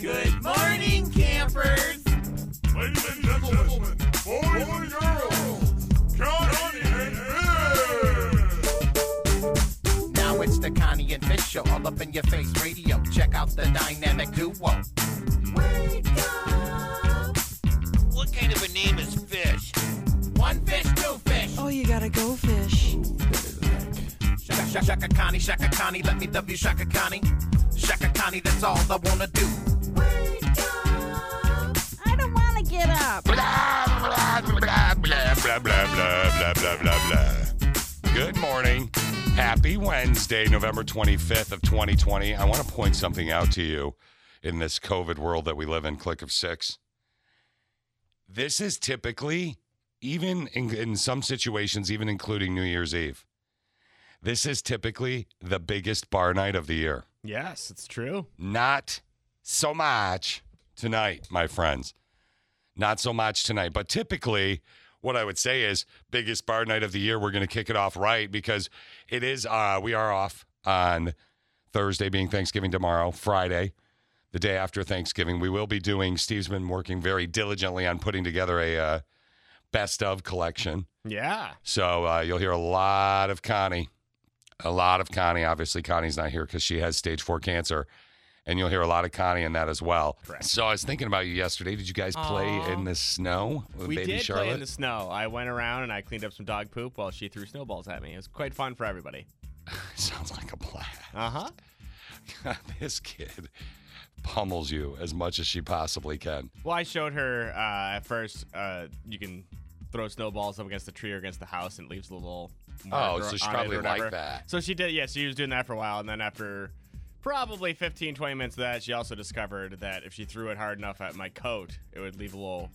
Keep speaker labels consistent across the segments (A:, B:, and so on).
A: Good morning, campers.
B: Ladies and gentlemen, boys and girls, Johnny and Bill!
C: Now it's the Connie and Fish show, all up in your face radio. Check out the dynamic duo.
D: What kind of a name is Fish?
C: One fish, two fish.
E: Oh, you gotta go fish.
C: Shaka, shaka, shaka Connie, shaka Connie, let me W shaka Connie. Shaka Connie, that's all I wanna do.
F: I don't want to get up.
B: blah blah blah blah blah blah blah. Good morning. Happy Wednesday, November 25th of 2020. I want to point something out to you in this COVID world that we live in, click of six. This is typically, even in, in some situations, even including New Year's Eve, this is typically the biggest bar night of the year
G: Yes, it's true.
B: not so much tonight, my friends. Not so much tonight. But typically, what I would say is biggest bar night of the year. We're going to kick it off right because it is. Uh, we are off on Thursday, being Thanksgiving tomorrow, Friday, the day after Thanksgiving. We will be doing. Steve's been working very diligently on putting together a uh, best of collection.
G: Yeah.
B: So uh, you'll hear a lot of Connie, a lot of Connie. Obviously, Connie's not here because she has stage four cancer, and you'll hear a lot of Connie in that as well.
G: Correct.
B: So I was thinking about you yesterday. Did you guys play
G: Aw.
B: in the snow with
G: we
B: baby
G: did
B: Charlotte?
G: play in the snow. I went around and I cleaned up some dog poop while she threw snowballs at me. It was quite fun for everybody.
B: Sounds like a blast.
G: Uh huh.
B: this kid pummels you as much as she possibly can.
G: Well, I showed her uh, at first uh, you can throw snowballs up against the tree or against the house and it leaves a little. mark
B: Oh, so
G: or-
B: she
G: on it
B: probably
G: or whatever.
B: liked that.
G: So she did, yeah, she was doing that for a while. And then after probably 15, 20 minutes of that, she also discovered that if she threw it hard enough at my coat, it would leave a little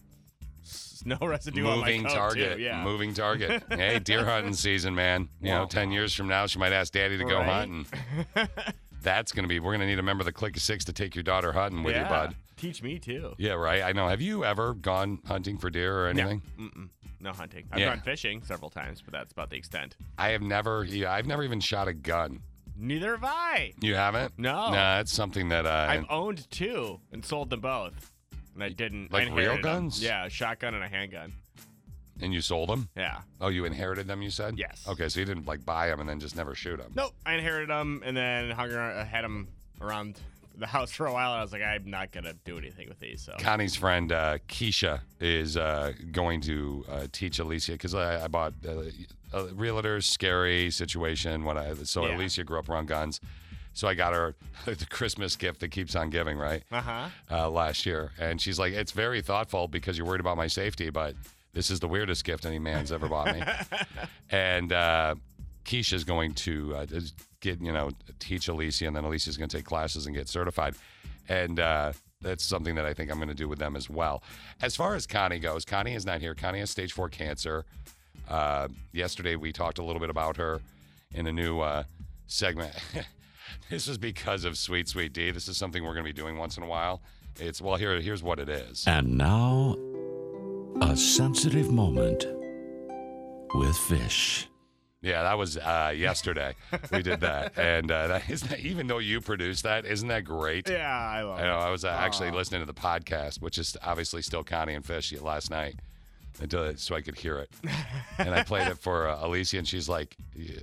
G: snow residue on
B: Moving
G: my coat.
B: target.
G: Too. Yeah.
B: Moving target. hey, deer hunting season, man. You know, 10 years from now, she might ask daddy to go
G: Right?
B: hunting. That's going to be, we're going to need a member of the Click of Six to take your daughter hunting with you,
G: Yeah.
B: bud.
G: Teach me too.
B: Yeah, right. I know. Have you ever gone hunting for deer or anything?
G: Mm-mm. No hunting. I've
B: Yeah.
G: gone fishing several times, but that's about the extent.
B: I have never. Yeah, I've never even shot a gun.
G: Neither have I.
B: You haven't?
G: No.
B: Nah, that's something that uh, I.
G: I've owned two and sold them both, and I didn't.
B: Like
G: I inherited
B: real
G: them.
B: guns?
G: Yeah, a shotgun and a handgun.
B: and you sold them?
G: Yeah.
B: Oh, you inherited them? You said?
G: Yes.
B: Okay, so you didn't like buy them and then just never shoot them.
G: Nope. I inherited them and then hung around, I had them around the house for a while, and I was like, I'm not gonna do anything with these. So
B: Connie's friend uh, Keisha is uh, going to uh, teach Alicia because I, I bought uh, a realtors scary situation when I so
G: Yeah.
B: Alicia grew up around guns, so I got her the Christmas gift that keeps on giving right
G: uh huh.
B: uh, last year, and she's like, it's very thoughtful because you're worried about my safety, but this is the weirdest gift any man's ever bought me, and. Uh, Keisha's going to uh, just get, you know, teach Alicia, and then Alicia's going to take classes and get certified. And uh, that's something that I think I'm going to do with them as well. As far as Connie goes, Connie is not here. Connie has stage four cancer. Uh, yesterday, we talked a little bit about her in a new uh, segment. this is because of Sweet Sweet D. This is something we're going to be doing once in a while. It's, well, here, here's what it is.
H: And now, a sensitive moment with fish.
B: Yeah, that was uh, yesterday. we did that. And uh, that, isn't that, even though you produced that, isn't that great?
G: Yeah, I love
B: I know.
G: it.
B: I was uh, actually listening to the podcast, which is obviously still Connie and Fish last night, until it, so I could hear it. and I played it for uh, Alicia, and she's like, "Yeah,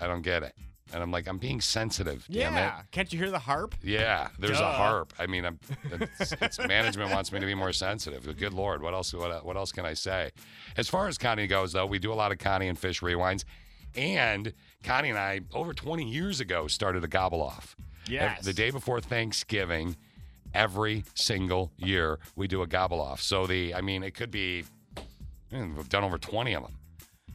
B: "I don't get it," and I'm like, "I'm being sensitive." Damn
G: Yeah.
B: it.
G: Can't you hear the harp?
B: Yeah, there's a
G: Duh.
B: harp. I mean, I'm, it's, it's management wants me to be more sensitive. Good lord, what else? What, what else can I say? As far as Connie goes, though, we do a lot of Connie and Fish rewinds, and Connie and I over 20 years ago started a gobble off.
G: Yes.
B: Ev- The day before Thanksgiving, every single year we do a gobble off. So the, I mean, it could be mm, we've done over 20 of them.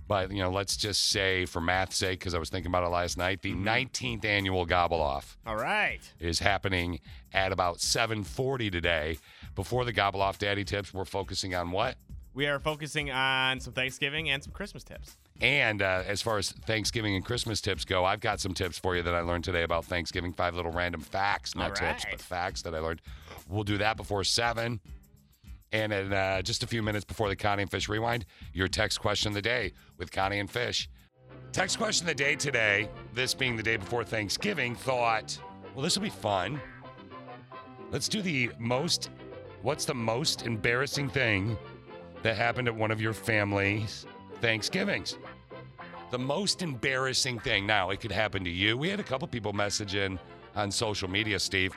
B: But you know, let's just say for math's sake, because I was thinking about it last night,
G: Mm-hmm.
B: the 19th annual gobble off
G: All right.
B: is happening at about 7:40 today. Before the Gobble Off Daddy Tips, we're focusing on what?
G: we are focusing on some Thanksgiving and some Christmas tips.
B: And uh, as far as Thanksgiving and Christmas tips go, I've got some tips for you that I learned today about Thanksgiving. Five little random facts, not
G: All
B: tips,
G: right.
B: but facts that I learned. We'll do that before seven. And in uh, just a few minutes before the Connie and Fish rewind, your text question of the day with Connie and Fish. Text question of the day today, this being the day before Thanksgiving, thought, well, this will be fun. Let's do the most, what's the most embarrassing thing that happened at one of your family's Thanksgivings? The most embarrassing thing. Now, it could happen to you. We had a couple people message in on social media, Steve,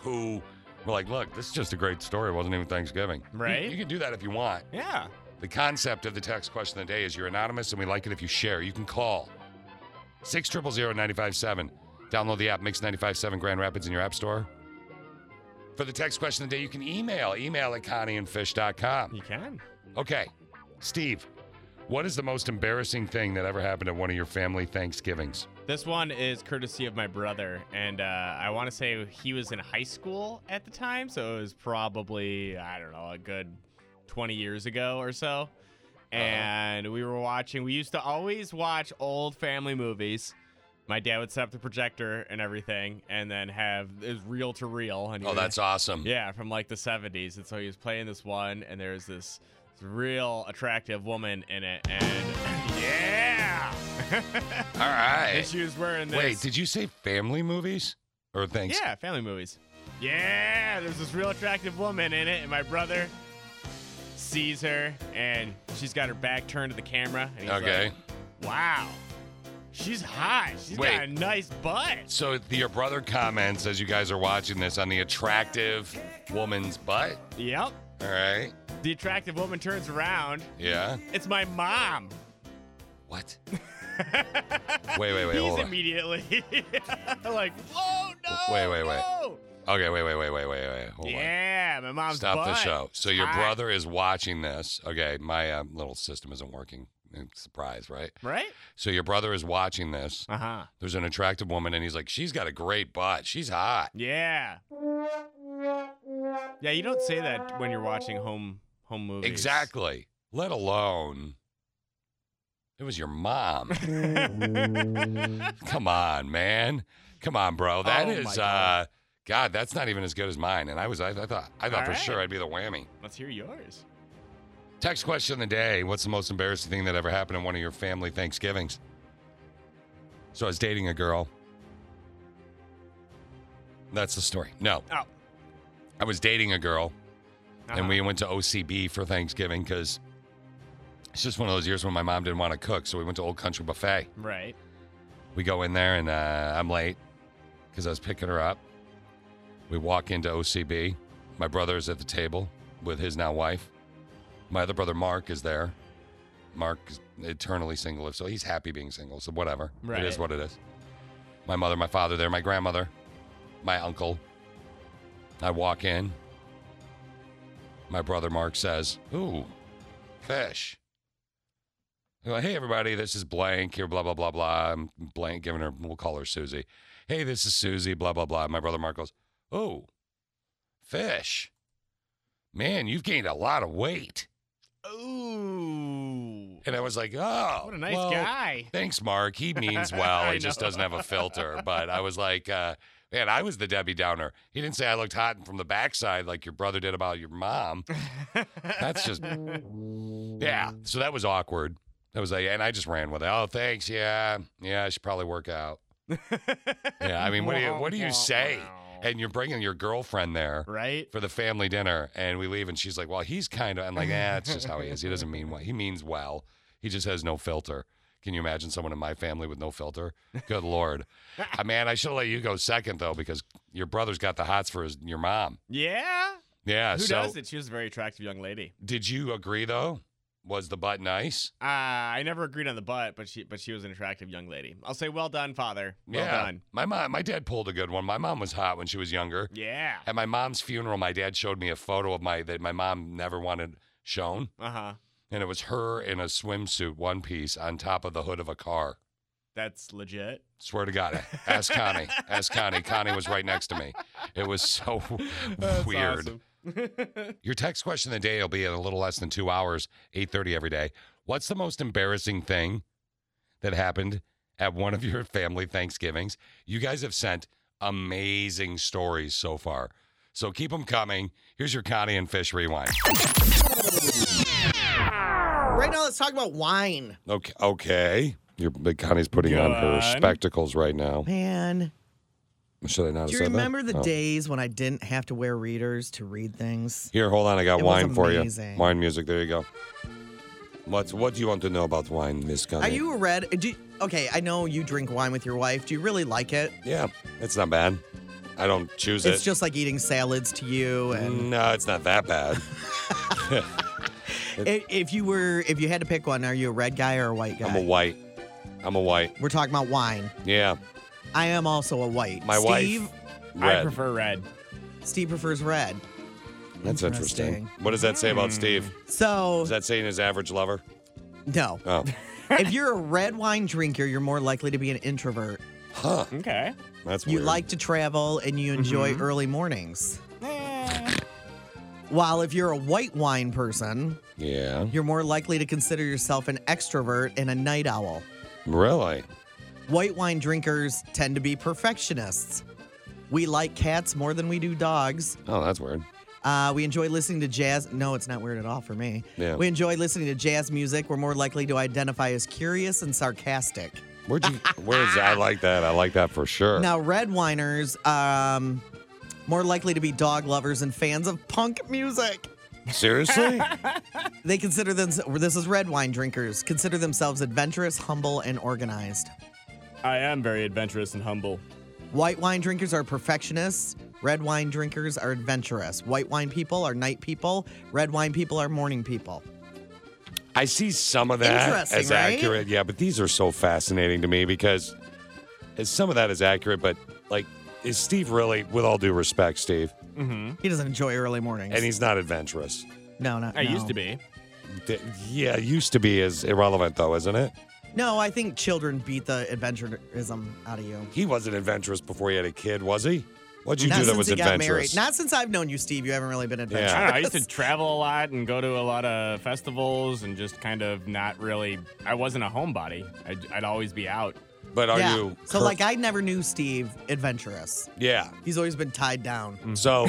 B: who were like, look, this is just a great story. It wasn't even Thanksgiving. You-
G: Right.
B: you can do that if you want.
G: Yeah.
B: The concept of the text question of the day is you're anonymous and we like it if you share. You can call 600-957. Download the app Mix 957 Grand Rapids in your app store. For the text question of the day, you can email, email at connieandfish.com.
G: You can.
B: Okay, Steve, what is the most embarrassing thing that ever happened at one of your family Thanksgivings?
G: This one is courtesy of my brother, and uh, I want to say he was in high school at the time, so it was probably I don't know a good 20 years ago or so.
B: Uh-huh.
G: And we were watching. We used to always watch old family movies. My dad would set up the projector and everything, and then have is reel to reel. And he would-
B: Oh, awesome.
G: yeah, from like the 70s. And so he was playing this one, and there's this, this real attractive woman in it, and yeah,
B: All right.
G: and she was wearing this.
B: Wait, did you say family movies or Thanksgiving?
G: Yeah, family movies. Yeah, there's this real attractive woman in it, and my brother sees her, and she's got her back turned to the camera. And he's
B: Okay.
G: Like, wow, she's hot. She's
B: Wait.
G: got a nice butt.
B: So the, your brother comments as you guys are watching this on the attractive woman's butt.
G: Yep.
B: All right.
G: The attractive woman turns around.
B: Yeah.
G: It's my mom.
B: What? wait, wait, wait.
G: He's
B: Hold on.
G: immediately like, whoa, no.
B: Wait, wait, wait.
G: no."
B: Okay, wait, wait, wait, wait, wait, wait. Hold on.
G: Yeah, my mom's
B: Stop the
G: butt.
B: show. So your
G: Hot.
B: brother is watching this. Okay, my um, little system isn't working. Mm, Surprise, right?
G: Right?
B: So your brother is watching this.
G: Uh huh.
B: There's an attractive woman, and he's like, "She's got a great butt. She's hot."
G: Yeah. Yeah, you don't say that when you're watching home home movies.
B: Exactly. Let alone it was your mom. Come on, man. Come on, bro. That
G: Oh,
B: is,
G: my God.
B: uh God, that's not even as good as mine. And I was I, I thought I thought
G: All
B: for
G: right.
B: sure I'd be the whammy.
G: Let's hear yours.
B: Text question of the day. What's the most embarrassing thing that ever happened in one of your family Thanksgivings? So I was dating a girl. That's the story. No.
G: Oh.
B: I was dating a girl.
G: Uh-huh.
B: and we went to OCB for Thanksgiving because it's just one of those years when my mom didn't want to cook, so we went to Old Country Buffet.
G: Right.
B: We go in there, and uh, I'm late because I was picking her up. We walk into OCB. My brother's at the table with his now wife. My other brother, Mark, is there. Mark is eternally single, so he's happy being single, so whatever. It
G: Right.
B: is what it is. My mother, my father there, my grandmother, my uncle. I walk in. My brother, Mark, says, Ooh, fish. I go, hey, everybody, this is blank here, blah, blah, blah, blah. I'm blank giving her, we'll call her Susie. Hey, this is Susie, blah, blah, blah. My brother Mark goes, oh, fish. Man, you've gained a lot of weight.
G: Ooh.
B: And I was like, oh.
G: What a nice
B: well,
G: guy.
B: Thanks, Mark. He means well.
G: I
B: he just
G: know.
B: doesn't have a filter. But I was like, uh, man, I was the Debbie Downer. He didn't say I looked hot from the backside like your brother did about your mom. That's just, yeah. So that was awkward. That was like, and I just ran with it. Oh, thanks. Yeah, yeah. I should probably work out. yeah. I mean, what do you what do you say? And you're bringing your girlfriend there
G: Right?
B: for the family dinner, and we leave, and she's like, "Well, he's kind of," I'm like, "Yeah, it's just how he is. He doesn't mean well. He means well. He just has no filter." Can you imagine someone in my family with no filter? Good lord, uh, man! I should have let you go second though, because your brother's got the hots for his, your mom.
G: Yeah.
B: Yeah.
G: Who
B: so,
G: does it? She was a very attractive young lady.
B: did you agree though? Was the butt nice?
G: Uh, I never agreed on the butt, but she but she was an attractive young lady. I'll say well done, father. Well
B: yeah.
G: done.
B: My mom, my dad pulled a good one. My mom was hot when she was younger.
G: Yeah.
B: At my mom's funeral, my dad showed me a photo of my that my mom never wanted shown.
G: Uh-huh.
B: and it was her in a swimsuit one piece on top of the hood of a car.
G: That's legit.
B: Swear to God, ask Connie. Ask Connie. Connie was right next to me. It was so
G: That's
B: weird.
G: awesome.
B: Your text question of the day will be in a little less than two hours, 8.30 every day. What's the most embarrassing thing that happened at one of your family Thanksgivings? You guys have sent amazing stories so far. So keep them coming. Here's your Connie and Fish Rewind.
E: Right now, let's talk about wine.
B: Okay. Okay. Your big Connie's putting on her
G: Good.
B: spectacles right now.
E: Man,
B: Should I not have
E: do you
B: said that?
E: remember the
B: Oh.
E: days when I didn't have to wear readers to read things?
B: Here, hold on. I got
E: It was
B: wine for you.
E: amazing.
B: Wine music. There you go. What's what do you want to know about wine, Miss Connie?
E: Are you a red? Do okay, I know you drink wine with your wife. Do you really like it?
B: Yeah, it's not bad. I don't choose
E: It's
B: it. Mm,
E: just like eating salads to you, and
B: no, it's not that bad.
E: i- if you were, if you had to pick one, are you a red guy or a white guy?
B: I'm a white. I'm a white.
E: We're talking about wine.
B: Yeah,
E: I am also a white.
B: my
E: Steve,
B: wife.
G: I
B: Red.
G: prefer red.
E: Steve prefers red.
B: That's interesting.
E: Interesting. Hmm.
B: What does that say about Steve?
E: So
B: Is that saying his average lover?
E: no,
B: Oh,
E: if you're a red wine drinker, you're more likely to be an introvert.
B: huh?
G: Okay.
B: That's
E: You
B: weird.
E: like to travel and you enjoy early mornings. While if you're a white wine person,
B: Yeah,
E: you're more likely to consider yourself an extrovert and a night owl.
B: really.
E: White wine drinkers tend to be perfectionists. We like cats more than we do dogs.
B: Oh, that's weird.
E: Uh, we enjoy listening to jazz. No, it's not weird at all for me.
B: Yeah.
E: We enjoy listening to jazz music. We're more likely to identify as curious and sarcastic.
B: Where'd you? Where is? I like that. I like that for sure.
E: Now, red winers, um, more likely to be dog lovers and fans of punk music.
B: Seriously?
E: They consider them. This is red wine drinkers. Consider themselves adventurous, humble, and organized.
G: I am very adventurous and humble.
E: White wine drinkers are perfectionists. Red wine drinkers are adventurous. White wine people are night people. Red wine people are morning people.
B: I see some of that
E: Interesting,
B: as
E: right?
B: accurate. Yeah, but these are so fascinating to me because as some of that is accurate, but like, is Steve really, with all due respect, Steve,
G: Mm-hmm.
E: He doesn't enjoy early mornings.
B: and he's not adventurous?
E: no, not.
G: I
E: no.
G: used to be.
B: D- Yeah, used to be is irrelevant though, isn't it?
E: No, I think children beat the adventurism out of you.
B: He wasn't adventurous before he had a kid, was he? What'd you
E: Not
B: do that
E: since
B: was
E: he got
B: adventurous?
E: married. Not since I've known you, Steve. You haven't really been adventurous.
G: I don't know. I used to travel a lot and go to a lot of festivals and just kind of not really. I wasn't a homebody. I'd, I'd always be out.
B: but are
E: yeah.
B: you?
E: so
B: cur-
E: like I never knew Steve adventurous.
B: yeah.
E: He's always been tied down.
B: Mm. So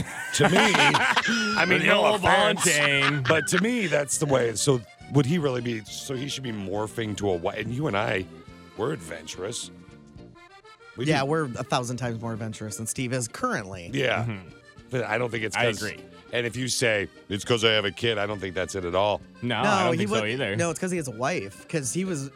B: to me, I mean,
G: The
B: no
G: old
B: offense,
G: Montaigne.
B: but to me, that's the way. So would he really be? So he should be morphing to a white. And you and I, we're adventurous. We do-
E: Yeah, we're a thousand times more adventurous than Steve is currently.
B: yeah. But I don't think it's.
G: Mm-hmm. I
B: 'cause-
G: agree.
B: And if you say it's because I have a kid, I don't think that's it at all.
G: No, I don't
E: he
G: think so
E: would-
G: either.
E: No, it's because he has a wife. Because he was,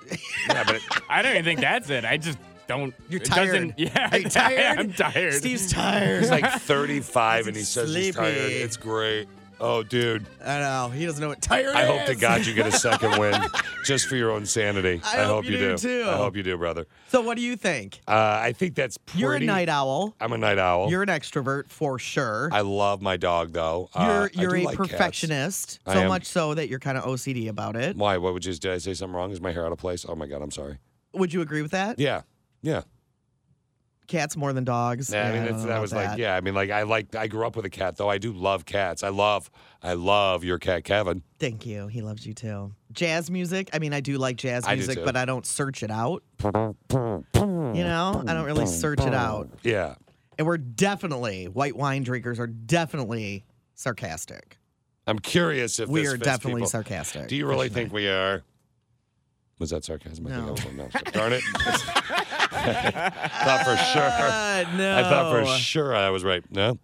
B: Yeah, but
G: I don't even think that's it. I just don't.
E: You're
G: it doesn't-
E: tired.
G: Yeah,
E: Are you tired?
G: I'm tired.
E: Steve's tired.
B: he's like 35 and he says he's tired.
E: Sleepy.
B: It's great. Oh, dude.
E: I know he doesn't know what tired.
B: I hope to
E: is.
B: God you get a second wind just for your own sanity.
E: I hope you do, too.
B: I hope you do, brother.
E: So what do you think?
B: Uh, I think that's pretty.
E: You're a night owl.
B: I'm a night owl.
E: You're an extrovert for sure.
B: I love my dog though. Uh,
E: you're
B: I
E: you're
B: do
E: a
B: like cats.
E: perfectionist,
B: I
E: so
B: am.
E: much so that you're kind of OCD about it.
B: Why? What would you? Did I say something wrong? Is my hair out of place? Oh my god, I'm sorry.
E: Would you agree with that?
B: Yeah, yeah.
E: Cats more than dogs.
B: Yeah, I mean,
E: don't
B: it's,
E: know
B: that
E: about
B: was like, yeah. I mean, like, I like. I grew up with a cat though. I do love cats. I love. I love your cat, Kevin.
E: Thank you. He loves you too. Jazz music. I mean, I do like jazz
B: I do
E: music,
B: too.
E: but I don't search it out. You know, I don't really search it out.
B: Yeah.
E: And we're definitely white wine drinkers are definitely sarcastic.
B: I'm curious if
E: we
B: this
E: are
B: fits
E: definitely
B: people.
E: sarcastic.
B: Do you really think we are? Was that sarcasm? I
E: No.
B: think I was, no. Darn it. I thought for sure.
E: Uh, no. Uh-uh.
B: I thought for sure I was right. No.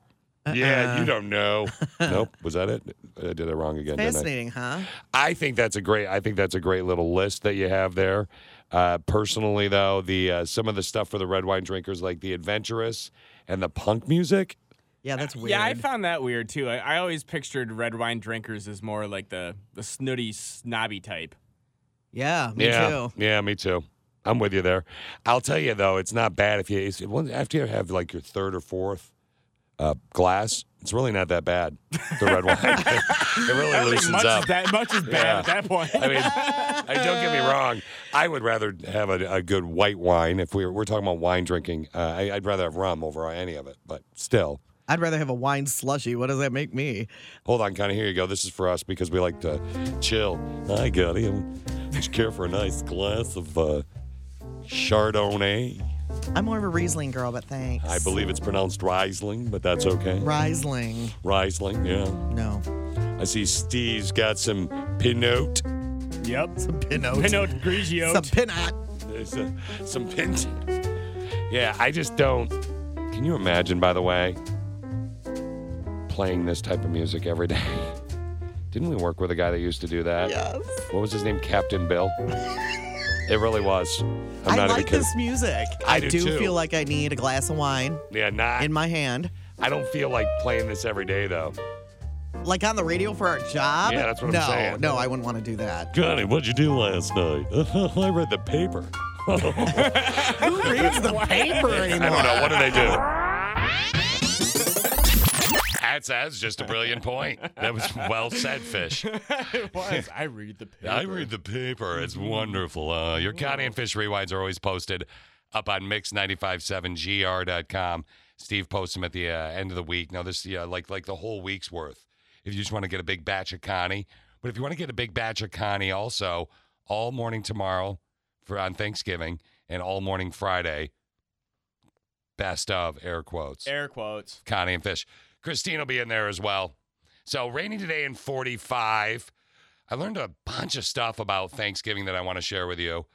B: Yeah, you don't know. nope. Was that it? I did it wrong again. didn't I?
E: Fascinating, huh?
B: I think that's a great. I think that's a great little list that you have there. Uh, personally, though, the uh, some of the stuff for the red wine drinkers, like the adventurous and the punk music.
E: Yeah, that's weird.
G: Yeah, I found that weird too. I, I always pictured red wine drinkers as more like the the snooty, snobby type.
E: Yeah, Uh, me
B: yeah,
E: too.
B: yeah, me too. I'm with you there. I'll tell you though, it's not bad if you it's, once- after you have like your third or fourth uh, glass. It's really not that bad. The red wine, it really loosens
G: much
B: up.
G: Is that, much is bad
B: Yeah.
G: at that point.
B: I mean, I, don't get me wrong. I would rather have a, a good white wine if we were, we're talking about wine drinking. Uh, I, I'd rather have rum over any of it, but still,
E: I'd rather have a wine slushy. What does that make me?
B: Hold on, Connie. Here you go. This is for us because we like to chill. Hi, Connie. I just care for a nice glass of uh, Chardonnay.
E: I'm more of a Riesling girl, but thanks.
B: I believe it's pronounced Riesling, but that's okay.
E: Riesling.
B: Riesling, yeah.
E: No.
B: I see Steve's got some Pinot.
G: Yep.
E: Some Pinot.
G: Pinot Grigio.
E: Some Pinot.
B: There's uh, some pins. Yeah, I just don't. Can you imagine, by the way, playing this type of music every day? Didn't we work with a guy that used to do that?
E: Yes.
B: What was his name? Captain Bill? it really was. I'm
E: I
B: not
E: like
B: even kidding.
E: this music.
B: I
E: I
B: do
E: do,
B: too.
E: feel like I need a glass of wine
B: Yeah, nah.
E: in my hand.
B: I don't feel like playing this every day, though.
E: Like on the radio for our job?
B: Yeah, that's what I'm
E: no,
B: saying.
E: No, I wouldn't want to do that.
B: Johnny, what'd you do last night? I read the paper.
E: Who reads the paper
B: I
E: anymore?
B: don't know. What do they do? That's, that's just a brilliant point. That was well said, Fish.
G: it was. I read the paper.
B: I read the paper. It's wonderful. Uh, your Connie and Fish rewinds are always posted up on mix957gr.com. Steve posts them at the uh, end of the week. Now, this yeah, like like the whole week's worth. If you just want to get a big batch of Connie, but if you want to get a big batch of Connie, also all morning tomorrow for on Thanksgiving and all morning Friday. Best of air quotes.
G: air quotes.
B: Connie and Fish. Christine will be in there as well. So rainy today in 45. I learned a bunch of stuff about Thanksgiving that I want to share with you.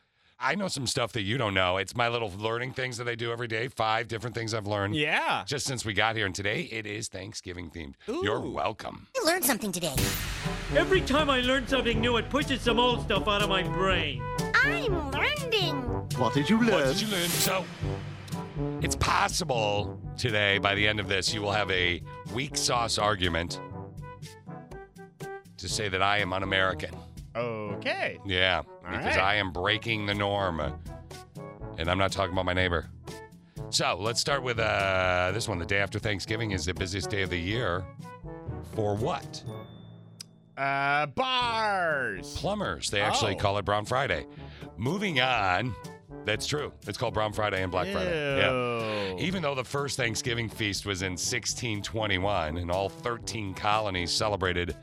B: I know some stuff that you don't know. It's my little learning things that I do every day. Five different things I've learned
G: Yeah.
B: just since we got here. And today it is Thanksgiving themed. You're welcome.
I: You learned something today.
J: Every time I learn something new, it pushes some old stuff out of my brain.
F: I'm learning.
B: What did you learn? So it's possible today, by the end of this, you will have a weak sauce argument to say that I am un American.
G: Okay.
B: Yeah, because
G: right.
B: I am breaking the norm. uh, And I'm not talking about my neighbor. So let's start with uh, this one. The day after Thanksgiving is the busiest day of the year for what?
G: Uh, bars.
B: Plumbers. They actually
G: Oh.
B: call it Brown Friday. Moving on. That's true. It's called Brown Friday and Black Friday. Yeah.
G: Ew.
B: Even though the first Thanksgiving feast was in 1621 and all 13 colonies celebrated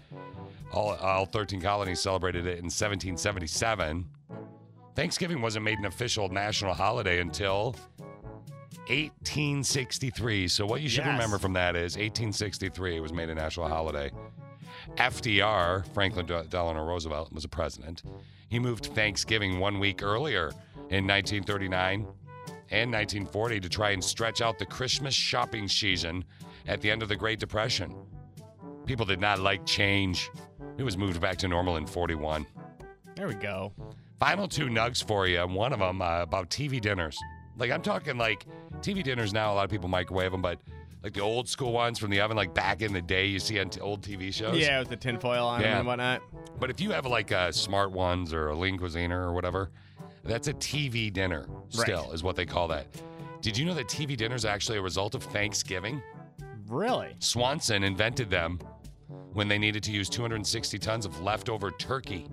B: all, all 13 colonies celebrated it in 1777, Thanksgiving wasn't made an official national holiday until 1863. So what you should
G: Yes.
B: remember from that is 1863 it was made a national holiday. FDR, Franklin D- Delano Roosevelt, was a president. He moved Thanksgiving one week earlier in 1939 and 1940 to try and stretch out the Christmas shopping season at the end of the Great Depression. People did not like change. It was moved back to normal in 41.
G: There we go.
B: Final two nugs for you. One of them uh, about TV dinners. Like I'm talking like TV dinners now. A lot of people microwave them, but like the old school ones from the oven, like back in the day, you see on t- old TV shows.
G: Yeah, with the tinfoil on 'em
B: Yeah.
G: and whatnot.
B: But if you have like a smart ones or a lean cuisiner or whatever, that's a TV dinner. Still is what they call that. Did you know that TV dinner is actually a result of Thanksgiving?
G: Really?
B: Swanson invented them when they needed to use 260 tons of leftover turkey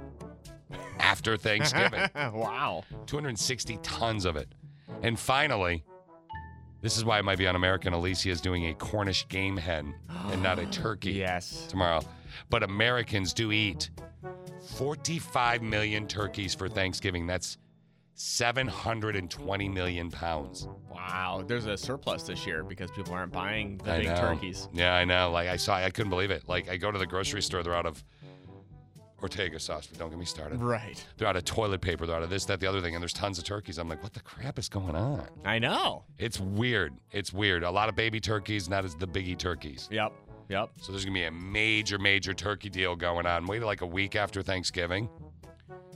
B: after Thanksgiving.
G: wow.
B: 260 tons of it. And finally, this is why it might be on American. Alicia is doing a Cornish game hen and not a turkey
G: Yes.
B: tomorrow. But Americans do eat 45 million turkeys for Thanksgiving. That's 720 million pounds.
G: Wow. There's a surplus this year because people aren't buying the
B: I
G: big
B: know.
G: turkeys.
B: Yeah, I know. Like I saw, I couldn't believe it. Like I go to the grocery store, they're out of Ortega sauce. But don't get me started.
G: Right.
B: They're out of toilet paper. They're out of this, that, the other thing, and there's tons of turkeys. I'm like, what the crap is going on?
G: I know.
B: It's weird. It's weird. A lot of baby turkeys, not as the biggie turkeys.
G: Yep. Yep.
B: So there's gonna be a major, major turkey deal going on. Wait like a week after Thanksgiving.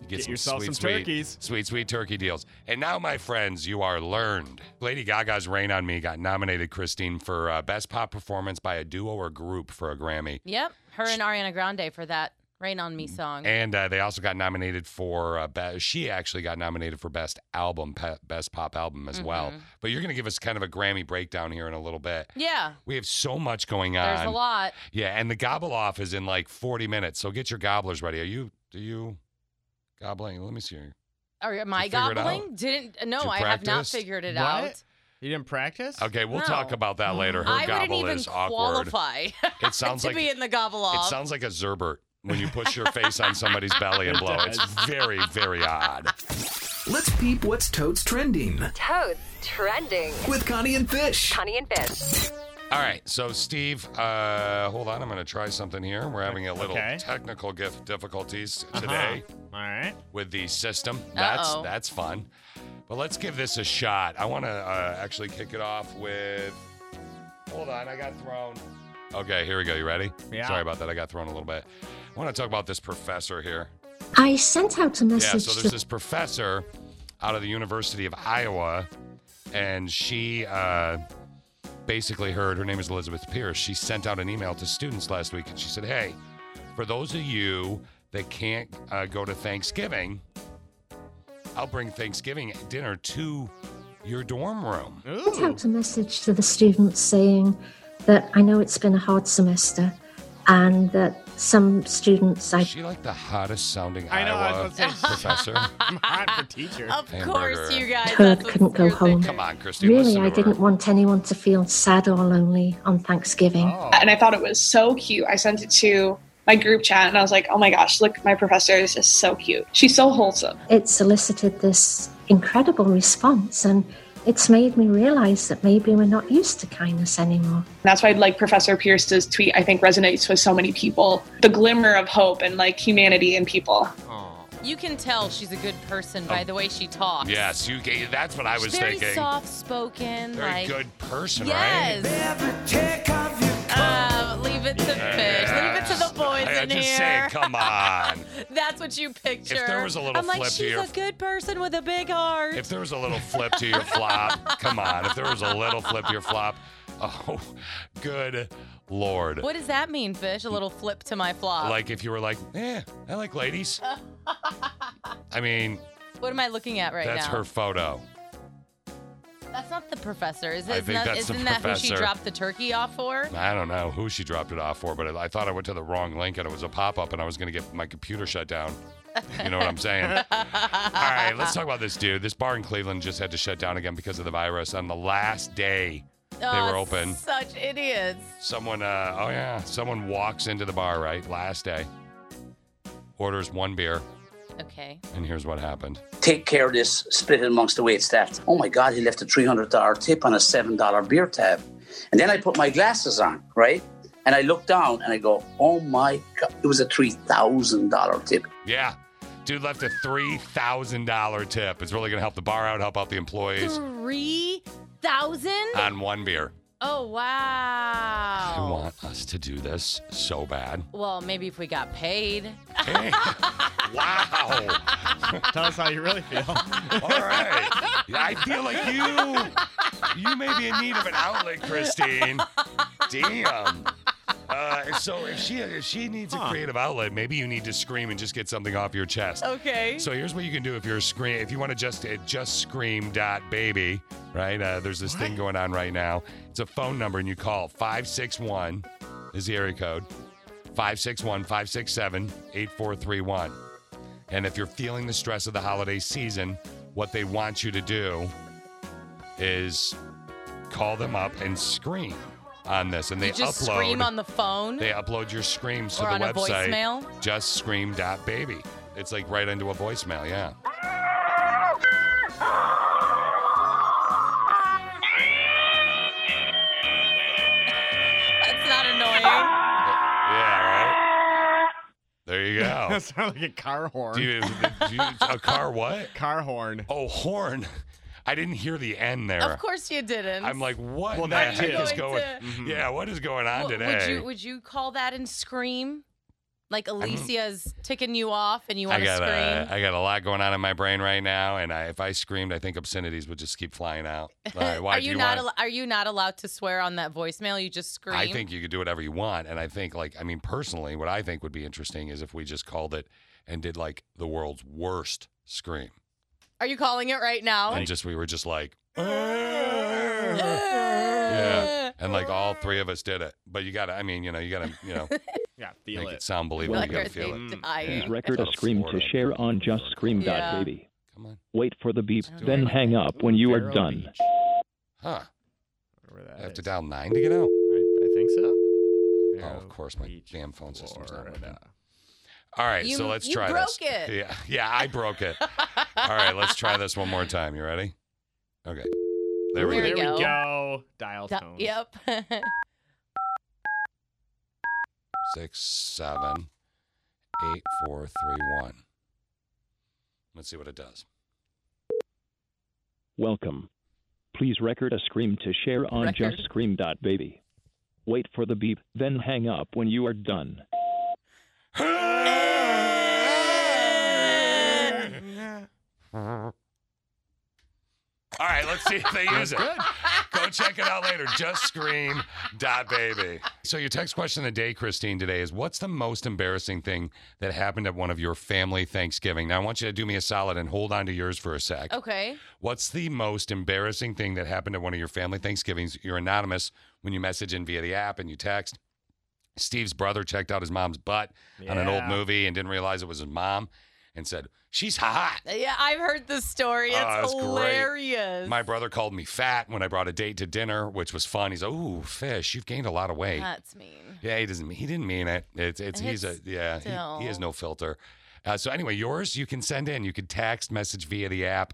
B: You
G: Get yourself some turkeys.
B: sweet, sweet turkey deals. And now, my friends, you are learned. Lady Gaga's "Rain on Me" got nominated, Christine, for uh, best pop performance by a duo or group for a Grammy,
K: Yep, her and Ariana Grande for that "Rain on Me" song.
B: and uh, they also got nominated for. Uh, be- she actually got nominated for best album, pe- best pop album as well.
K: Mm-hmm.
B: But you're gonna give us kind of a Grammy breakdown here in a little bit.
K: yeah,
B: We have so much going on.
K: there's a lot.
B: Yeah, and the gobble off is in like 40 minutes. So get your gobblers ready. Are you, do you gobbling? Let me see.
K: Or am I
B: figure it out?
K: gobbling? Didn't no,
B: you
K: I have not
B: practice?
K: figured it
G: What?
K: out.
G: You didn't practice?
B: Okay, we'll
K: No.
B: talk about that later. Her
K: I wouldn't
B: gobble
K: even
B: is awkward.
K: qualify
B: It sounds
K: to
B: like
K: be in the gobble
B: it
K: off.
B: sounds like a zerbert when you push your face on somebody's belly and blow. It's very very odd.
I: Let's peep what's totes trending
L: Toads trending.
I: with Connie and Fish.
L: Connie and Fish.
B: All right, so Steve, uh, hold on. I'm going to try something here. We're having a little
G: Okay.
B: technical gif- difficulties
G: Uh-huh.
B: today
G: All right.
B: with the system. That's
G: Uh-oh.
B: that's fun. But let's give this a shot. I want to uh, actually kick it off with. Hold on, I got thrown. Okay, here we go. You ready?
M: Yeah.
B: Sorry about that. I got thrown a little bit. I want to talk about this professor here.
M: I sent out a
B: Yeah,
M: message
B: so
M: to
B: there's this professor out of the University of Iowa, and she uh, basically heard her name is Elizabeth Pierce. She sent out an email to students last week, and she said, "Hey, for those of you that can't uh, go to Thanksgiving, I'll bring Thanksgiving dinner to your dorm room."
M: sent out a message to the students saying that I know it's been a hard semester and that some students I
B: Is she like the hottest sounding
M: I know, I
B: Iowa
M: was about to say-
B: professor?
G: I'm hot for teacher.
K: Of
B: course, you
K: guys.
M: told couldn't go home.
B: Come on, Christy.
M: Really,
B: listen
M: I
B: to her.
M: didn't want anyone to feel sad or lonely on Thanksgiving.
B: Oh.
N: And I thought it was so cute. I sent it to my group chat and I was like, oh my gosh, look, my professor is just so cute. She's so wholesome.
M: It solicited this incredible response, and it's made me realize that maybe we're not used to kindness anymore.
N: That's why like Professor Pierce's tweet, I think resonates with so many people. The glimmer of hope and like humanity in people.
K: You can tell she's a good person by the way she talks.
B: Yes, you. gave- That's what Um, I was
K: she's very
B: thinking.
K: soft spoken.
B: Very
K: like,
B: good person, right?
K: Yes. Uh, leave it to fish. Leave it to the boys
B: I, I
K: in
B: just
K: here.
B: saying, come on.
K: That's what you picture.
B: was a little
K: I'm like,
B: flip
K: she's
B: here-
K: a good person with a big heart.
B: if there was a little flip to your flop, come on. If there was a little flip to your flop, oh, good lord.
K: What does that mean, fish? A little flip to my flop.
B: Like if you were like, eh, I like ladies. I mean,
K: what am I looking at right
B: that's
K: now?
B: her photo.
K: That's not the professor, is it?
B: I
K: Isn't
B: think
K: that,
B: that's the
K: isn't that who she
B: professor.
K: dropped the turkey off for?
B: I don't know who she dropped it off for, but I thought I went to the wrong link and it was a pop up and I was going to get my computer shut down. You know what I'm saying? All right, let's talk about this dude. This bar in Cleveland just had to shut down again because of the virus on the last day they were
K: Oh,
B: open.
K: Such idiots.
B: Someone, uh, oh yeah, someone walks into the bar, right? Last day, orders one beer,
K: Okay.
B: and here's what happened.
O: Take care of this, split it amongst the wait staff. Oh my God, he left a $300 tip on a $7 beer tab. And then I put my glasses on, right? And I look down and I go, oh my God, it was a $3,000 tip.
B: Yeah, dude left a $3,000 tip. It's really going to help the bar out, help out the employees
K: Three thousand?
B: on one beer.
K: Oh wow.
B: I want us to do this so bad.
K: Well, maybe if we got paid.
B: Hey, wow.
G: Tell us how you really feel.
B: All right. I feel like you you may be in need of an outlet, Christine. Damn. Uh, so if she if she needs a creative outlet, maybe you need to scream and just get something off your chest.
K: Okay.
B: So here's what you can do if you're scream if you want to just uh, just scream dot baby, right? Uh, there's this thing going on right now. It's a phone number and you call 561 is the area code. 561 567 8431. And if you're feeling the stress of the holiday season, what they want you to do is call them up and scream on this and they
K: you just
B: upload
K: scream on the phone.
B: they upload your screams to
K: Or on
B: the
K: a
B: website.
K: voicemail?
B: Just scream.baby. It's like right into a voicemail, yeah.
K: That's not annoying.
B: Yeah, right? There you go.
G: that sounds like a car horn.
B: do you, do you- a car what?
G: Car horn.
B: Oh, horn. I didn't hear the end there.
K: Of course you didn't.
B: I'm like, what
G: Well,
B: in the
G: that
B: heck
G: too. Mm-hmm.
B: is going?
K: Going to-
B: Yeah, what is going on
K: Wh-
B: today?
K: Would you would you call that and scream? Like Alicia's ticking you off and you
B: I uh,
K: want to
B: got
K: scream.
B: a, I got a lot going on in my brain right now, and I, if I screamed, I think obscenities would just keep flying out. All right, why
K: are
B: do
K: you,
B: you
K: not
B: want-
K: al- are you not allowed to swear on that voicemail? You just scream.
B: I think you could do whatever you want. And I think, like, I mean, personally, what I think would be interesting is if we just called it and did like the world's worst scream.
K: Are you calling it right now?
B: and just, we were just like, yeah. And like all three of us did it. But you got to, I mean, you know, you got to, you know,
G: yeah,
B: make it. sound believable. You got to feel it. Yeah.
P: Record a
B: Out of
P: scream to
B: Florida.
P: share on just scream.
K: Yeah.
P: Baby. Wait for the beep, then hang up when you are done.
B: Huh.
G: Whatever that
B: I have to
G: is.
B: dial nine to get out.
G: I, I think so.
B: Oh, of course, my damn phone system's not working. All right,
K: You-
B: so let's
K: you
B: try this.
K: broke it.
B: Yeah, yeah, I broke it. All right, let's try this one more time. You ready? Okay. There we
K: There we
B: go.
G: There
K: go.
G: we go. Dial
K: Da-
G: tone.
K: yep.
B: Six, seven, eight, four, three, one. Let's see what it does.
P: Welcome. Please record a scream to share on
B: Record.
P: Just Scream. Baby. Wait for the beep, then hang up when you are done.
B: All right, let's see if they use it. Go check it out later. Just scream dot baby. So your text question of the day, Christine, today is what's the most embarrassing thing that happened at one of your family Thanksgiving? Now I want you to do me a solid and hold on to yours for a sec.
K: okay.
B: What's the most embarrassing thing that happened at one of your family Thanksgivings? You're anonymous when you message in via the app and you text. Steve's brother checked out his mom's butt on an old
K: Yeah.
B: movie and didn't realize it was his mom and said, She's hot.
K: Yeah, I've heard this story. It's
B: Oh, that's great.
K: hilarious.
B: My brother called me fat when I brought a date to dinner, which was fun. He's like, "Ooh, fish, you've gained a lot of weight."
K: That's mean.
B: yeah, he doesn't. He didn't mean it. It's it's he's
K: Uh,
B: a
K: It's
B: yeah. He, he has
K: still-
B: no filter. Uh, so anyway, yours you can send in. You can text, message via the app,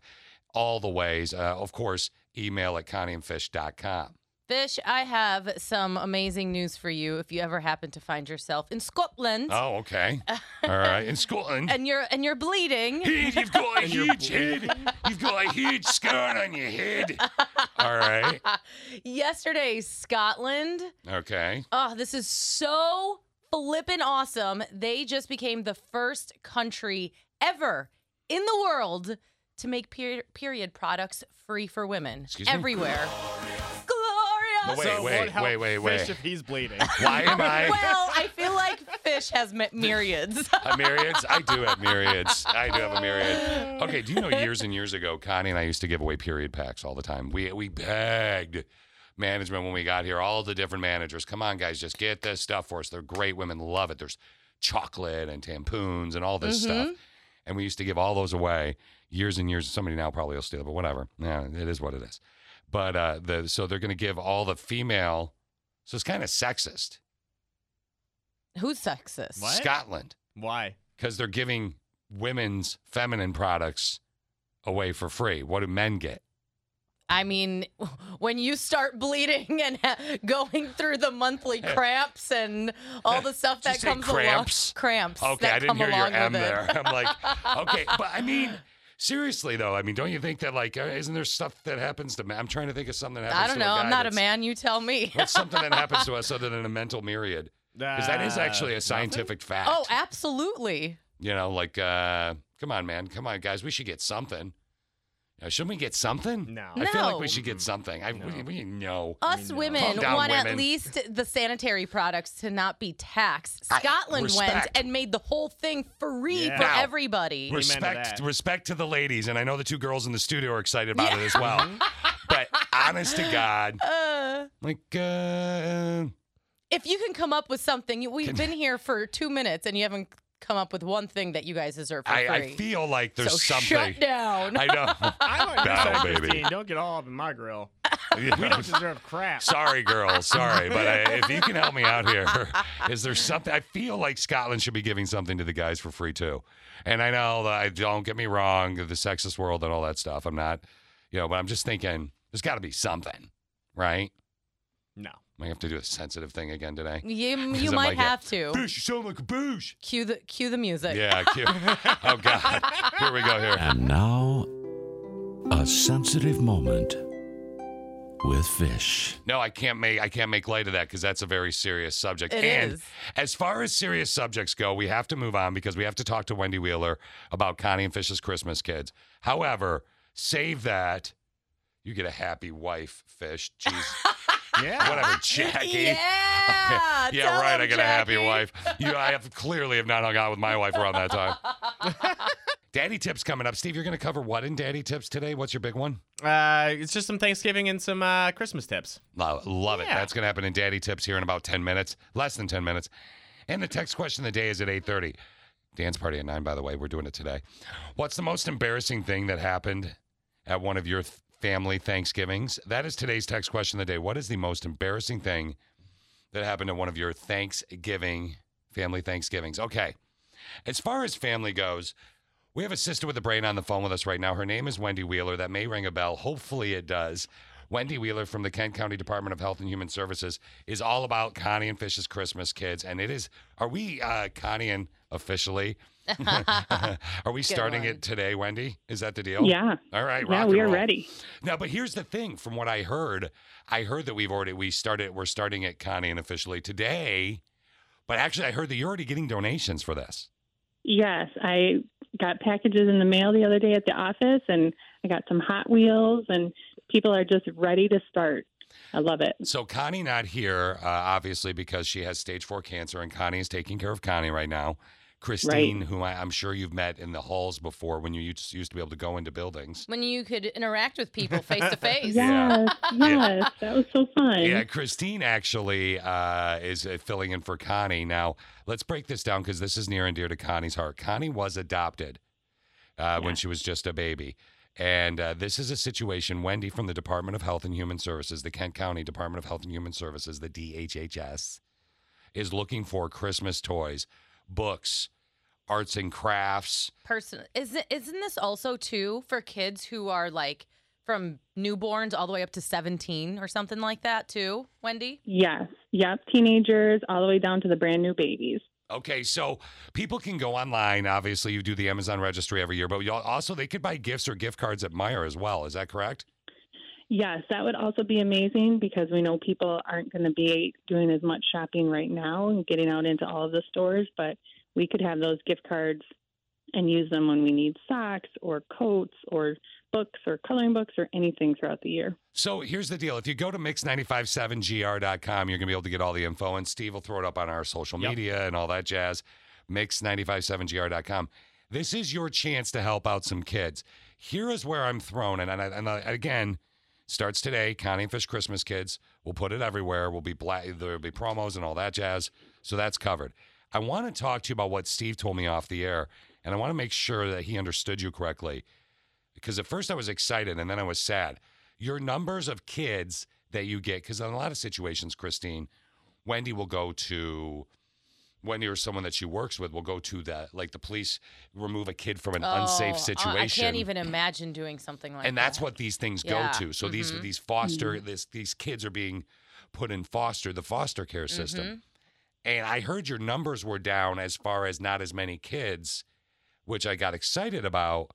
B: all the ways. Uh, of course, email at connieandfish.com.
K: Fish, I have some amazing news for you if you ever happen to find yourself in Scotland.
B: Oh, okay. All right, in Scotland.
K: And you're and you're bleeding.
B: Heed, you've got a huge head. You've got a huge scar on your head. All right.
K: Ah, Yesterday, Scotland.
B: Okay.
K: Oh, this is so flippin' awesome. They just became the first country ever in the world to make per- period products free for women
B: Excuse me?
K: everywhere.
B: No, wait,
G: So it won't
B: wait,
G: help
B: wait, wait, wait.
G: Fish if he's bleeding.
B: Why am I?
K: well, I feel like Fish has met myriads.
B: A myriads? I do have myriads. I do have a myriad. Okay, do you know years and years ago, Connie and I used to give away period packs all the time. We we begged management when we got here, all the different managers, come on guys, just get this stuff for us. They're great women, love it. There's chocolate and tampoons and all this stuff.
K: Mhm.
B: And we used to give all those away years and years. Somebody now probably will steal, it, but whatever. Yeah, it is what it is. But uh the so they're gonna give all the female so it's kind of sexist.
K: Who's sexist?
B: Scotland.
G: Why?
B: because they're giving women's feminine products away for free. What do men get?
K: I mean, when you start bleeding and ha- going through the monthly cramps and all the stuff
B: Did you
K: that
B: say
K: comes
B: cramps?
K: along, cramps.
B: Okay,
K: that
B: I didn't
K: come
B: hear your
K: along with
B: M
K: it.
B: there. I'm like, okay, but I mean, seriously though, I mean, don't you think that like, uh, isn't there stuff that happens to men? I'm trying to think of something that happens.
K: I don't
B: to
K: know.
B: A guy
K: I'm not a
B: that's-
K: man. You tell me.
B: What's something that happens to us other than a mental myriad? Because that is
G: Uh,
B: actually a scientific fact.
K: Oh, absolutely.
B: You know, like, uh, come on, man, come on, guys, we should get something. Uh, shouldn't we get something?
G: No.
B: I feel like we
K: No.
B: should get something. I we, we know.
K: Us
B: Calm
K: women
B: down,
K: want at
B: women.
K: least the sanitary products to not be taxed.
B: I-
K: Scotland went
B: respect.
K: and made the whole thing free
B: Yeah.
K: for
B: Now,
K: everybody.
B: Respect, respect to the ladies, and I know the two girls in the studio are excited about it as well.
K: Mm-hmm.
B: but honest to God,
K: Uh,
B: like, uh,
K: if you can come up with something, you- we've been here for two minutes and you haven't come up with one thing that you guys deserve for
B: I,
K: free.
B: I feel like there's
K: so
B: something.
K: Shut down.
B: I know.
G: I'm on your
B: Down,
G: side,
B: baby.
G: Christine. Don't get all up in my grill.
B: Yeah.
G: We don't deserve crap.
B: Sorry, girls. Sorry, but I, if you can help me out here, is there something? I feel like Scotland should be giving something to the guys for free too. And I know that I don't get me wrong, the sexist world and all that stuff. I'm not, you know, but I'm just thinking there's got to be something, right?
G: No.
B: I have to do a sensitive thing again today.
K: You,
B: 'Cause
K: you
B: I'm
K: might
B: like a-
K: have to.
B: Boosh, you sound like a boosh.
K: Cue the cue the music.
B: Yeah, cute. oh God. Here we go. Here.
H: And now, a sensitive moment with fish.
B: No, I can't make I can't make light of that because that's a very serious subject.
H: It
B: and
H: is.
B: as far as serious subjects go, we have to move on because we have to talk to Wendy Wheeler about Connie and Fish's Christmas kids. However, save that. You get a happy wife, Fish. Jeez.
G: yeah.
B: Whatever, Jackie.
K: Yeah.
B: yeah,
K: tell
B: right.
K: him,
B: I got a happy
K: Jackie.
B: wife. You, I have clearly have not hung out with my wife around that time. Daddy tips coming up. Uh, Steve, you're going to cover what in Daddy tips today? What's your big one?
G: Uh, it's just some Thanksgiving and some uh, Christmas tips.
B: Lo- Love it.
G: Yeah.
B: That's going to happen in Daddy Tips here in about 10 minutes, less than 10 minutes. And the text question of the day is at 8.30. Dance party at 9, by the way. We're doing it today. What's the most embarrassing thing that happened at one of your th- family Thanksgivings. That is today's text question of the day. What is the most embarrassing thing that happened at one of your Thanksgiving family Thanksgivings? Okay. As far as family goes, we have a sister with a brain on the phone with us right now. Her name is Wendy Wheeler. That may ring a bell. Hopefully it does. Wendy Wheeler from the Kent County Department of Health and Human Services is all about Connie and Fish's Christmas kids. And it is, are we uh, Connie and officially? are we starting it today, Wendy? Is that the deal?
Q: Yeah.
B: All right.
Q: Yeah,
B: rock
Q: we
B: and
Q: are
B: roll.
Q: ready.
B: Now, but here's the thing. From what I heard, I heard that we've already we started. We're starting at Connie and officially today. But actually, I heard that you're already getting donations for this.
Q: Yes, I got packages in the mail the other day at the office, and I got some Hot Wheels, and people are just ready to start. I love it.
B: So Connie not here, uh, obviously, because she has stage four cancer, and Connie is taking care of Connie right now. Christine, whom I, I'm sure you've met in the halls before when you used, used to be able to go into buildings.
K: When you could interact with people face to face.
B: Yeah.
Q: Yes, that was so fun.
B: Yeah, Christine actually uh, is uh, filling in for Connie. Now, let's break this down because this is near and dear to Connie's heart. Connie was adopted uh, when she was just a baby. And uh, this is a situation, Wendy from the Department of Health and Human Services, the Kent County Department of Health and Human Services, the DHHS, is looking for Christmas toys, books, arts and crafts.
K: Person isn't isn't this also too for kids who are like from newborns all the way up to seventeen or something like that too, Wendy?
Q: Yes, yep, teenagers all the way down to the brand new babies.
B: Okay, so people can go online. Obviously, you do the Amazon registry every year, but you al- also they could buy gifts or gift cards at Meyer as well. Is that correct?
Q: Yes, that would also be amazing because we know people aren't going to be doing as much shopping right now and getting out into all of the stores, but we could have those gift cards and use them when we need socks or coats or books or coloring books or anything throughout the year.
B: So here's the deal. If you go to mix957gr.com, you're going to be able to get all the info, and Steve will throw it up on our social media and all that jazz. Mix957gr.com. This is your chance to help out some kids. Here is where I'm thrown. And, and, I- and I- again, starts today. Connie and Fish Christmas Kids. We'll put it everywhere. We'll be black. There'll be promos and all that jazz. So that's covered. I want to talk to you about what Steve told me off the air, and I want to make sure that he understood you correctly because at first I was excited and then I was sad. Your numbers of kids that you get, because in a lot of situations, Christine, Wendy will go to Wendy or someone that she works with will go to the like the police remove a kid from an unsafe
K: Oh, I- I
B: situation.
K: can't even imagine doing something like
B: and
K: that.
B: that's what these things
K: Yeah.
B: go to. So these
K: Mhm.
B: these foster
Q: Mm-hmm.
K: Mhm.
B: this these kids are being put in foster the foster care system.
K: Mhm.
B: And I heard your numbers were down as far as not as many kids, which I got excited about.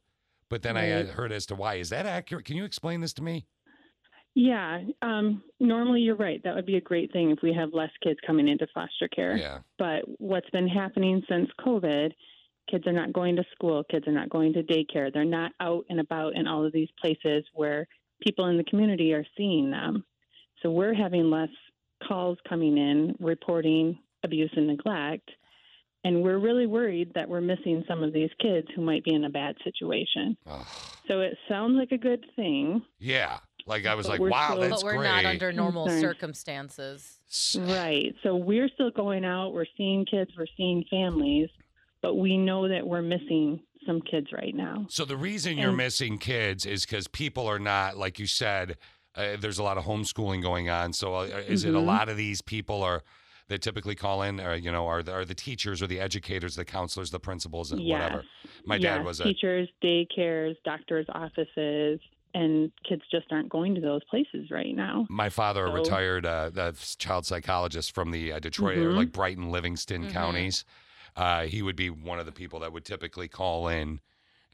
B: But then I
Q: Right.
B: uh, heard as to why. Is that accurate? Can you explain this to me?
Q: Yeah, um, normally you're right. That would be a great thing if we have less kids coming into foster care.
B: Yeah.
Q: But what's been happening since COVID, kids are not going to school, kids are not going to daycare, they're not out and about in all of these places where people in the community are seeing them. So we're having less calls coming in reporting abuse and neglect. And we're really worried that we're missing some of these kids who might be in a bad situation. So it sounds like a good thing.
B: Yeah. Like I was
Q: But
B: like,
Q: we're
B: wow,
Q: still-
B: that's
K: but we're
B: great.
K: not under normal
Q: Concerned.
K: circumstances.
Q: Right. So we're still going out, we're seeing kids, we're seeing families, but we know that we're missing some kids right now.
B: so the reason you're
Q: And-
B: missing kids is because people are not, like you said, uh, there's a lot of homeschooling going on. So uh, is it a
Q: Mhm.
B: lot of these people are that typically call in, or you know, are the, are the teachers or the educators, the counselors, the principals, and
Q: Yes.
B: whatever? My
Q: Yes,
B: dad was a
Q: teachers, daycares, doctors' offices, and kids just aren't going to those places right now.
B: My father, a
Q: So-
B: retired uh, uh, child psychologist from the uh, Detroit or
Q: Mhm.
B: like Brighton, Livingston
Q: Mhm.
B: counties, uh, he would be one of the people that would typically call in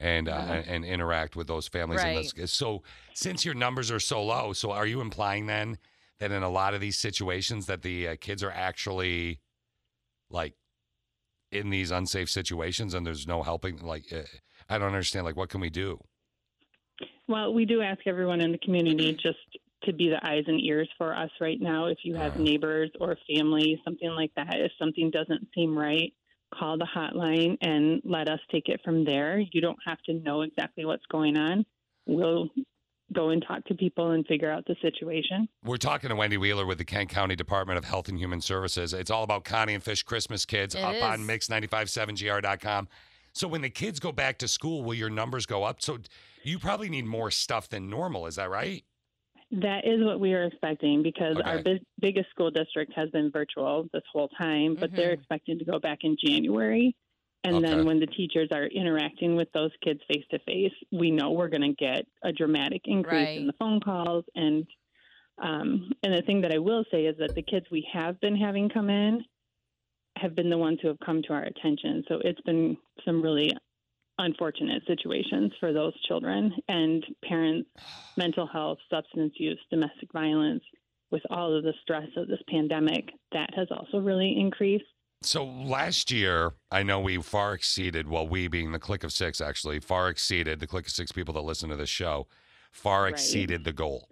B: and uh, and, and interact with those families. And
K: Right.
B: those- so, since your numbers are so low, so are you implying then that in a lot of these situations that the uh, kids are actually like in these unsafe situations and there's no helping? Like, uh, I don't understand. Like, what can we do?
Q: Well, we do ask everyone in the community just to be the eyes and ears for us right now. If you have
B: Uh.
Q: neighbors or family, something like that, if something doesn't seem right, call the hotline and let us take it from there. You don't have to know exactly what's going on. We'll go and talk to people and figure out the situation.
B: We're talking to Wendy Wheeler with the Kent County Department of Health and Human Services. It's all about Connie and Fish Christmas Kids
Q: It
B: up on
Q: is.
B: mix957gr.com. So when the kids go back to school, will your numbers go up? So you probably need more stuff than normal. Is that right?
Q: That is what we are expecting because our
B: Okay.
Q: big, biggest school district has been virtual this whole time, but they're expecting to go back in January. And
B: Mm-hmm. Okay.
Q: then when the teachers are interacting with those kids face to face, we know we're going to get a dramatic increase in
K: Right.
Q: the phone calls. And um, and the thing that I will say is that the kids we have been having come in have been the ones who have come to our attention. So it's been some really unfortunate situations for those children and parents, mental health, substance use, domestic violence, with all of the stress of this pandemic, that has also really increased.
B: So last year, I know we far exceeded, well, we being the Click of Six, actually, far exceeded the Click of Six people that listen to this show, far
Q: Right.
B: exceeded the goal.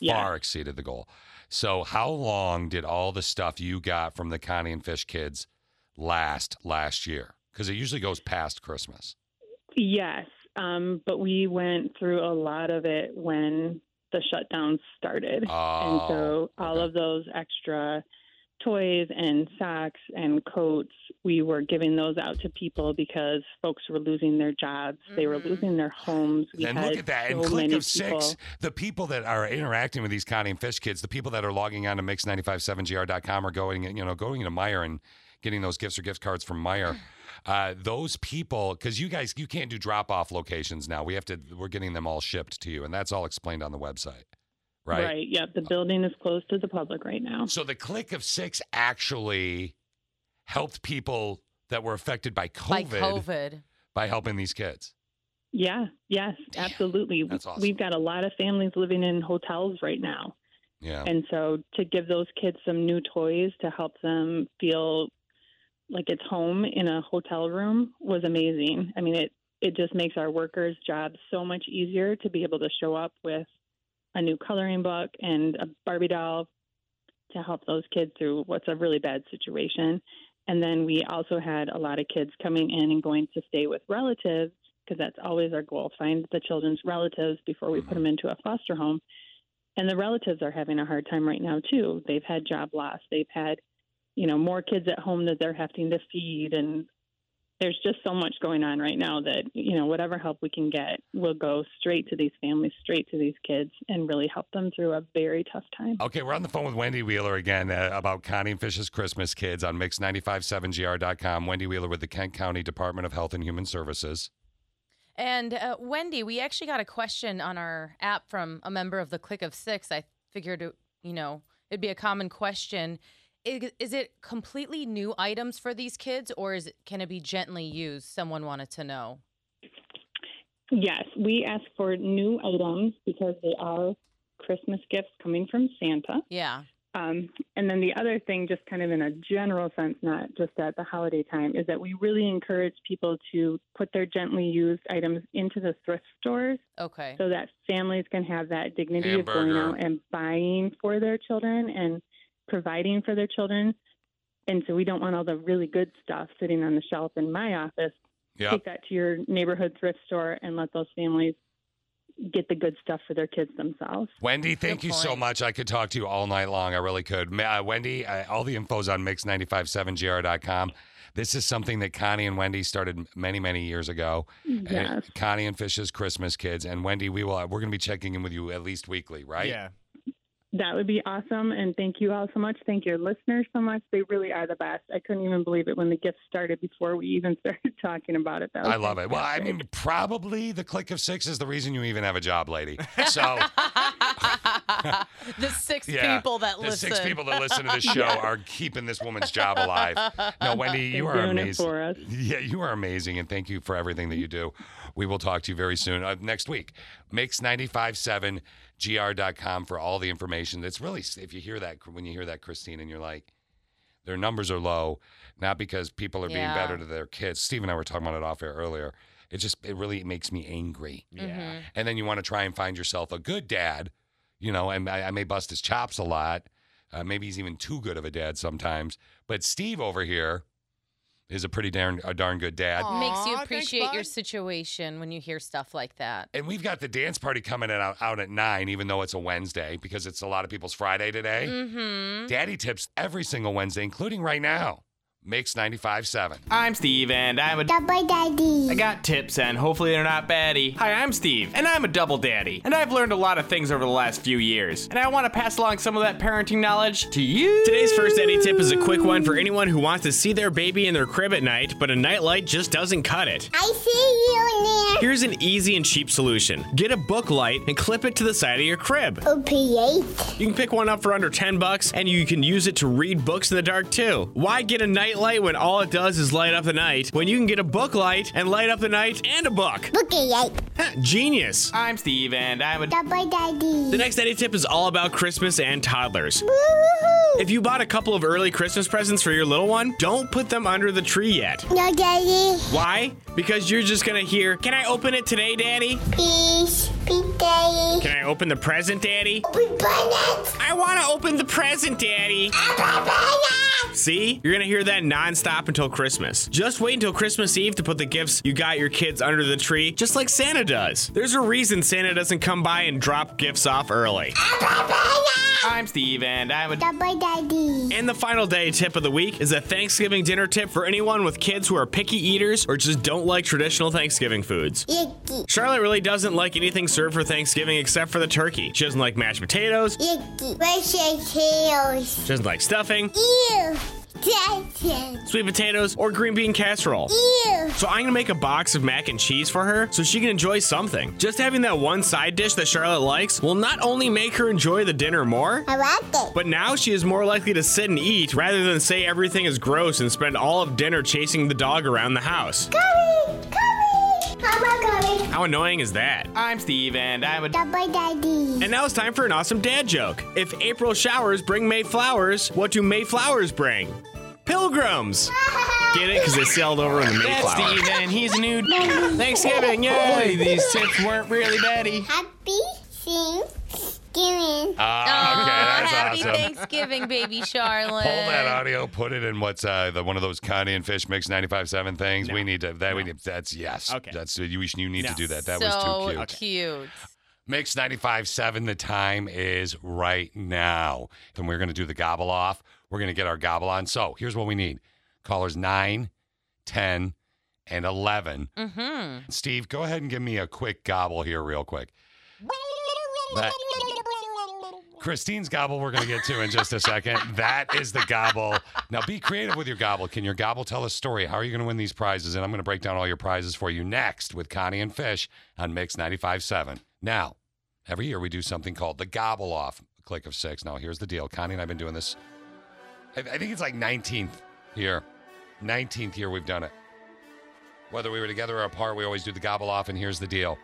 Q: Yeah.
B: Far exceeded the goal. So, how long did all the stuff you got from the Connie and Fish kids last last year? Because it usually goes past Christmas.
Q: Yes, um, but we went through a lot of it when the shutdown started. and
B: Oh,
Q: so all of those extra toys and socks and coats, we were giving those out to people because folks were losing their jobs, they were losing their homes. We
B: and look
Q: had
B: at that.
Q: So
B: and Click
Q: many
B: of Six,
Q: people-
B: the people that are interacting with these Connie and Fish kids, the people that are logging on to mix957gr.com or going, you know, going to Meyer and getting those gifts or gift cards from
Q: Mm.
B: Meyer. Uh, those people, because you guys, you can't do drop off locations now. We have to, we're getting them all shipped to you. And that's all explained on the website, right?
Q: Right. Yep. The building is closed to the public right now.
B: So the Click of Six actually helped people that were affected by COVID
K: By COVID.
B: by helping these kids.
Q: Yeah. Yes. Absolutely.
B: That's awesome.
Q: We've got a lot of families living in hotels right now.
B: Yeah.
Q: And so to give those kids some new toys to help them feel like it's home in a hotel room was amazing. I mean, it it just makes our workers' jobs so much easier to be able to show up with a new coloring book and a Barbie doll to help those kids through what's a really bad situation. And then we also had a lot of kids coming in and going to stay with relatives because that's always our goal find the children's relatives before we put them into a foster home. And the relatives are having a hard time right now, too. They've had job loss, they've had, you know, more kids at home that they're having to feed. And there's just so much going on right now that, you know, whatever help we can get will go straight to these families, straight to these kids, and really help them through a very tough time.
B: Okay, we're on the phone with Wendy Wheeler again uh, about Connie and Fish's Christmas Kids on Mix957GR.com. Wendy Wheeler with the Kent County Department of Health and Human Services.
K: And uh, Wendy, we actually got a question on our app from a member of the Click of Six. I figured, it, you know, it'd be a common question. Is, is it completely new items for these kids, or is it, can it be gently used? Someone wanted to know.
Q: Yes, we ask for new items because they are Christmas gifts coming from Santa.
K: Yeah.
Q: Um, and then the other thing, just kind of in a general sense, not just at the holiday time, is that we really encourage people to put their gently used items into the thrift stores
K: Okay.
Q: so that families can have that dignity of
K: Hamburger.
Q: going out and buying for their children and providing for their children. And so we don't want all the really good stuff sitting on the shelf in my office.
B: Yep.
Q: Take that to your neighborhood thrift store and let those families get the good stuff for their kids themselves.
B: Wendy, thank you so much. I could talk to you all night long. I really could. Ma- Uh, Wendy, uh, all the info's on Mix957GR.com. This is something that Connie and Wendy started many, many years ago. And
Q: Yes.
B: Connie and Fish's Christmas Kids. And Wendy, we will, uh, we're going to be checking in with you at least weekly, right?
G: Yeah.
Q: That would be awesome. And thank you all so much. Thank your listeners so much. They really are the best. I couldn't even believe it when the gift started before we even started talking about it. That was
B: I love it. Well, I mean, probably the click of six is the reason you even have a job, lady. So
K: The six
B: yeah,
K: people that
B: the
K: listen.
B: six people that listen to this show are keeping this woman's job alive. No, Wendy,
Q: They're
B: you are
Q: doing it
B: amazing.
Q: for us.
B: Yeah, you are amazing, and thank you for everything that you do. We will talk to you very soon uh, next week. Mix 957gr.com for all the information. That's really if you hear that when you hear that, Christine, and you're like. Their numbers are low, not because people are being
K: Yeah.
B: better to their kids. Steve and I were talking about it off air earlier. It just it really makes me angry
K: Yeah.
B: and then you want to try and find yourself a good dad, you know, and I, I may bust his chops a lot. Uh, maybe he's even too good of a dad sometimes. But Steve over here is a pretty darn a darn good dad.
K: Makes you
G: Aw, thanks,
K: appreciate your
G: bud.
K: situation when you hear stuff like that.
B: And we've got the dance party coming in out, out at nine, even though it's a Wednesday, because it's a lot of people's Friday today.
K: Mm-hmm.
B: Daddy tips every single Wednesday, including right now. Mix 95.7.
R: I'm Steve, and I'm a
B: Double
R: daddy. I got tips, and hopefully they're not baddie. Hi, I'm Steve, and I'm a double daddy, and I've learned a lot of things over the last few years, and I want to pass along some of that parenting knowledge to you.
G: Today's first Eddie tip is a quick one for anyone who wants to see their baby in their crib at night, but a nightlight just doesn't cut it.
F: I see you, Nan.
G: Here's an easy and cheap solution. Get a book light and clip it to the side of your crib.
F: OP8.
G: You can pick one up for under 10 bucks and you can use it to read books in the dark too. Why get a nightlight when all it does is light up the night when you can get a book light and light up the night and a book?
F: Bookie8.
G: Genius.
R: I'm Steve, and I'm a.
F: Double daddy.
G: The next Eddie tip is all about Christmas and toddlers.
F: Woo-hoo-hoo.
G: If you bought a couple of early Christmas presents for your little one, don't put them under the tree yet.
F: No, Daddy.
G: Why? Because you're just gonna hear, Can I open it today, Daddy?
F: Peace. Peace, Daddy.
G: Can I open the present, Daddy?
F: Open bananas.
G: I wanna open the present, Daddy.
F: Open bananas.
G: See? You're gonna hear that nonstop until Christmas. Just wait until Christmas Eve to put the gifts you got your kids under the tree, just like Santa does. There's a reason Santa doesn't come by and drop gifts off early.
F: Open bananas.
R: I'm Steve, and I'm a.
F: Double daddy.
G: And the final day tip of the week is a Thanksgiving dinner tip for anyone with kids who are picky eaters or just don't like traditional Thanksgiving foods.
F: Yicky.
G: Charlotte really doesn't like anything served for Thanksgiving except for the turkey. She doesn't like mashed potatoes,
F: Yicky. Where's your tails?
G: she doesn't like stuffing,
F: Ew. Daddy.
G: sweet potatoes, or green bean casserole.
F: Ew.
G: So I'm gonna make a box of mac and cheese for her so she can enjoy something. Just having that one side dish that Charlotte likes will not only make her enjoy the dinner more,
F: I like it.
G: but now she is more likely to sit and eat rather than say everything is gross and spend all of dinner chasing the dog around the house.
F: Coming. Coming. Mama coming.
G: How annoying is that?
R: I'm Steve, and I'm a.
F: Double daddy.
G: And now it's time for an awesome dad joke. If April showers bring May flowers, what do May flowers bring? Pilgrims! Get it? Because they sailed over in the
R: That's
G: Mayflower.
R: Steve, and he's a new. Thanksgiving, yay! These tips weren't really baddie.
F: Happy Thanksgiving.
B: Ah, okay, that's
K: Oh, happy
B: awesome.
K: Thanksgiving, baby Charlotte.
B: Pull that audio, put it in what's uh, the one of those Connie and Fish Mix 95.7 things. We need to, that we need, that's yes.
G: Okay.
B: That's, you, you need
G: No.
B: to do that. That
K: so
B: was too cute.
K: cute.
B: Mix 95.7, the time is right now. And we're going to do the gobble off. We're going to get our gobble on. So here's what we need callers 9, 10, and 11.
K: Mm-hmm.
B: Steve, go ahead and give me a quick gobble here, real quick. That- Christine's gobble, we're going to get to in just a second. That is the gobble. Now, be creative with your gobble. Can your gobble tell a story? How are you going to win these prizes? And I'm going to break down all your prizes for you next with Connie and Fish on Mix 95.7. Now, every year we do something called the gobble off click of six. Now, here's the deal Connie and I've been doing this, I, I think it's like 19th year. 19th year we've done it. Whether we were together or apart, we always do the gobble off. And here's the deal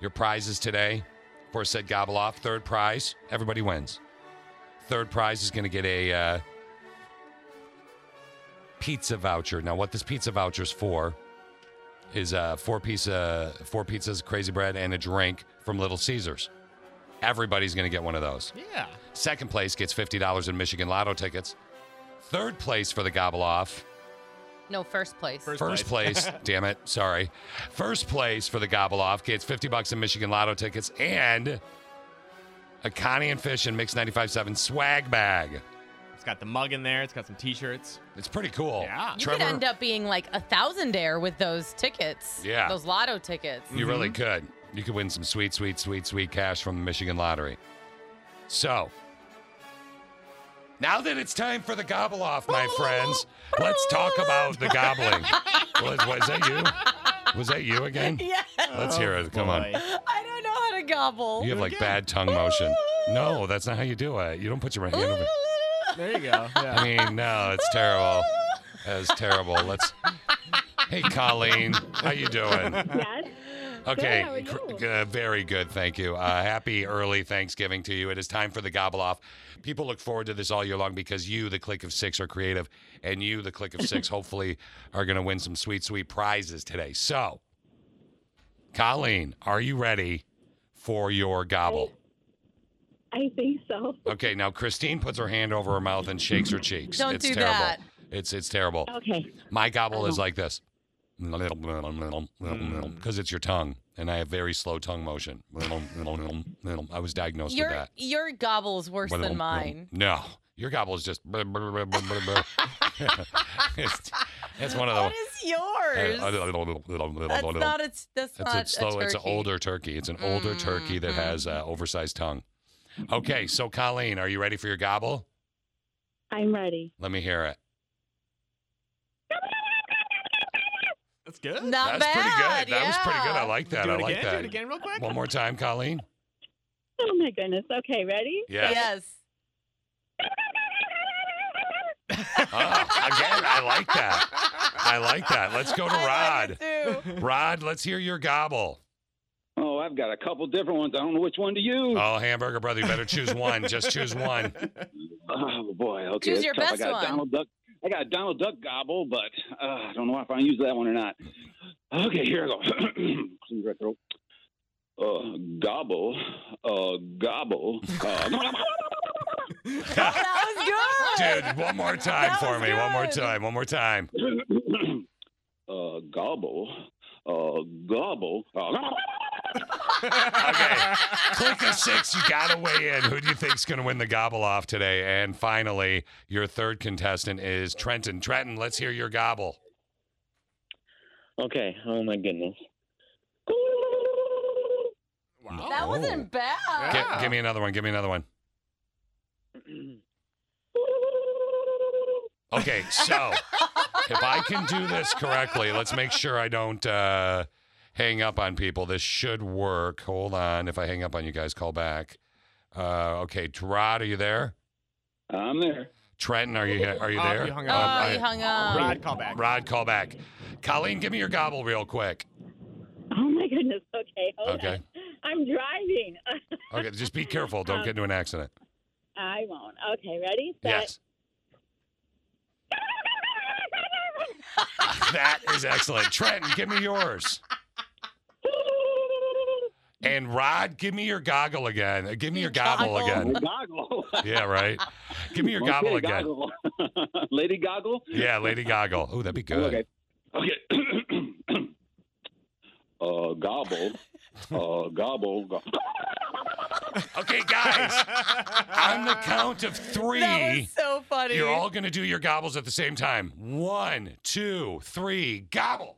B: your prizes today for said gobble off. Third prize, everybody wins. Third prize is going to get a uh, pizza voucher. Now, what this pizza voucher is for is uh, four pizza, four pizzas, crazy bread, and a drink from Little Caesars. Everybody's going to get one of those.
G: Yeah.
B: Second place gets fifty dollars in Michigan Lotto tickets. Third place for the gobble off.
K: No, first place.
G: First-
B: First
G: place.
B: place, damn it, sorry. First place for the gobble off gets 50 bucks in Michigan Lotto tickets and a Connie and Fish and Mix 95.7 swag bag.
G: It's got the mug in there, it's got some t shirts.
B: It's pretty cool.
G: Yeah.
K: Ah. You could end up being like a thousandaire with those tickets.
B: Yeah.
K: Those lotto tickets.
B: You really
G: Mm-hmm.
B: could. You could win some sweet, sweet, sweet, sweet cash from the Michigan Lottery. So, now that it's time for the gobble off, my friends, let's talk about the gobbling. was, was that you? Was that you again?
K: Yeah.
B: Let's hear it. Come on.
K: I don't know how to gobble.
B: You have like bad tongue motion. No, that's not how you do it. You don't put your hand over.
G: There you go. Yeah.
B: I mean, no, it's terrible. That's terrible. Let's. Hey, Colleen, how you doing?
Q: Yes.
B: Okay,
Q: Good, how are
B: cr- uh, very good, thank you. Uh, happy early Thanksgiving to you. It is time for the gobble off. People look forward to this all year long because you, the click of six, are creative, and you, the click of six, hopefully are going to win some sweet, sweet prizes today. So, Colleen, are you ready for your gobble?
Q: I think so.
B: Okay, now Christine puts her hand over her mouth and shakes her cheeks.
K: Don't
B: it's
K: do
B: terrible.
K: that. Oh.
B: It's it's terrible.
Q: Okay.
B: My gobble is like this. Because it's your tongue, and I have very slow tongue motion. I was diagnosed
K: Your
B: with that.
K: your gobble's worse than mine.
B: No, Your gobble is just. brr, brr, brr, brr, brr, brr. it's, it's one of the.
K: What is yours?
B: That's
K: that's not a, that's
B: It's,
K: not
B: it's slow.
K: a
B: It's
K: turkey.
B: an
K: Mm-hmm.
B: older turkey. It's an older turkey that has uh, oversized tongue. Okay, so Colleen, are you ready for your gobble?
Q: I'm ready.
B: Let me hear it.
G: That's good.
K: Not
B: That's pretty
K: bad,
B: good. That was pretty good.
K: yeah.
B: I like that.
G: Do it
B: I like
G: again, do it
B: that.
G: again real quick.
B: One more time, Colleen.
Q: Oh my goodness. Okay, ready?
B: Yes.
K: Yes.
B: Ah, again, I like that. I like that. Let's go to Rod. Rod, let's hear your gobble.
S: Oh, I've got a couple different ones. I don't know which one to use.
B: Oh, hamburger brother, you better choose one. Just choose one.
S: Oh boy, okay.
B: Choose
S: that's
B: your
S: tough.
B: best
S: I got
B: one.
S: A Donald Duck. I got a Donald Duck gobble, but uh, I don't know if I use that one or not. Okay, here I go. Clean my throat. Uh, gobble, uh, gobble. Uh,
K: Oh,
B: Dude, one more time for me. One more time. One more time.
S: uh, gobble, uh, gobble. Uh,
B: Click of six, you gotta weigh in. Who do you think's gonna win the gobble off today? And finally, your third contestant is Trenton. Trenton, let's hear your gobble.
T: Okay. Oh my goodness.
K: That wasn't bad.
B: Gi- give me another one. Give me another one. Okay, so if I can do this correctly, let's make sure I don't uh, hang up on people. This should work. Hold on. If I hang up on you guys, call back. Uh, okay, Rod, are you there?
S: I'm there.
B: Trenton, are you are you
G: Oh,
B: there?
G: you hung
K: Oh,
B: I-
K: you hung up.
G: Rod, call back.
B: Rod, call back. Colleen, give me your gobble real quick.
Q: Oh my goodness. Okay. Hold
B: Okay.
Q: On. I'm driving.
B: Okay, just be careful. Don't get into an accident.
Q: I won't. Okay, ready?
B: Yes. That is excellent. Trenton, give me yours. And Rod, give me your goggle again. Uh, Give me your gobble again.
S: Goggle.
B: Yeah, right. Give me your
S: Okay,
B: gobble again.
S: goggle. Lady goggle.
B: Yeah, Lady Goggle. Oh, that'd be good.
S: Okay. Okay. uh, gobble. Uh, gobble. go-
B: Okay, guys. On the count of three,
K: That was so funny.
B: you're all going to do your gobbles at the same time. One, two, three, gobble.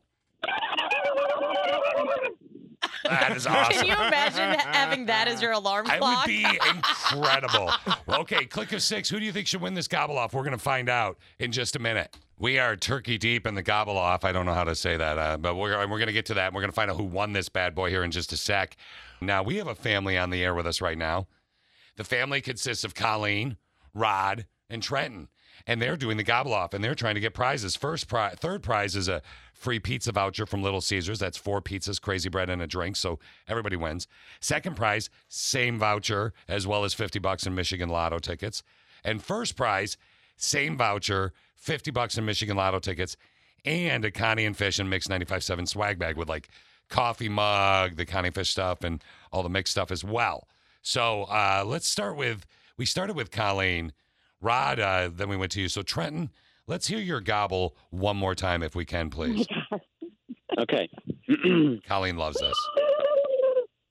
B: That is awesome.
K: Can you imagine having that as your alarm
B: I
K: clock?
B: would be incredible. okay, click of six. Who do you think should win this gobble off? We're going to find out in just a minute. We are turkey deep in the gobble off. I don't know how to say that, uh, but we're, we're going to get to that. We're going to find out who won this bad boy here in just a sec. Now, we have a family on the air with us right now. The family consists of Colleen, Rod, and Trenton. And they're doing the gobble off and they're trying to get prizes. First prize, third prize is a free pizza voucher from Little Caesars. That's four pizzas, crazy bread, and a drink. So everybody wins. Second prize, same voucher, as well as 50 bucks in Michigan Lotto tickets. And first prize, same voucher, 50 bucks in Michigan Lotto tickets, and a Connie and Fish and Mix 95.7 swag bag with like coffee mug, the Connie and Fish stuff, and all the mix stuff as well. So uh, let's start with, we started with Colleen, Rod, uh, then we went to you. So Trenton, let's hear your gobble one more time if we can, please.
S: Okay.
B: Colleen loves this.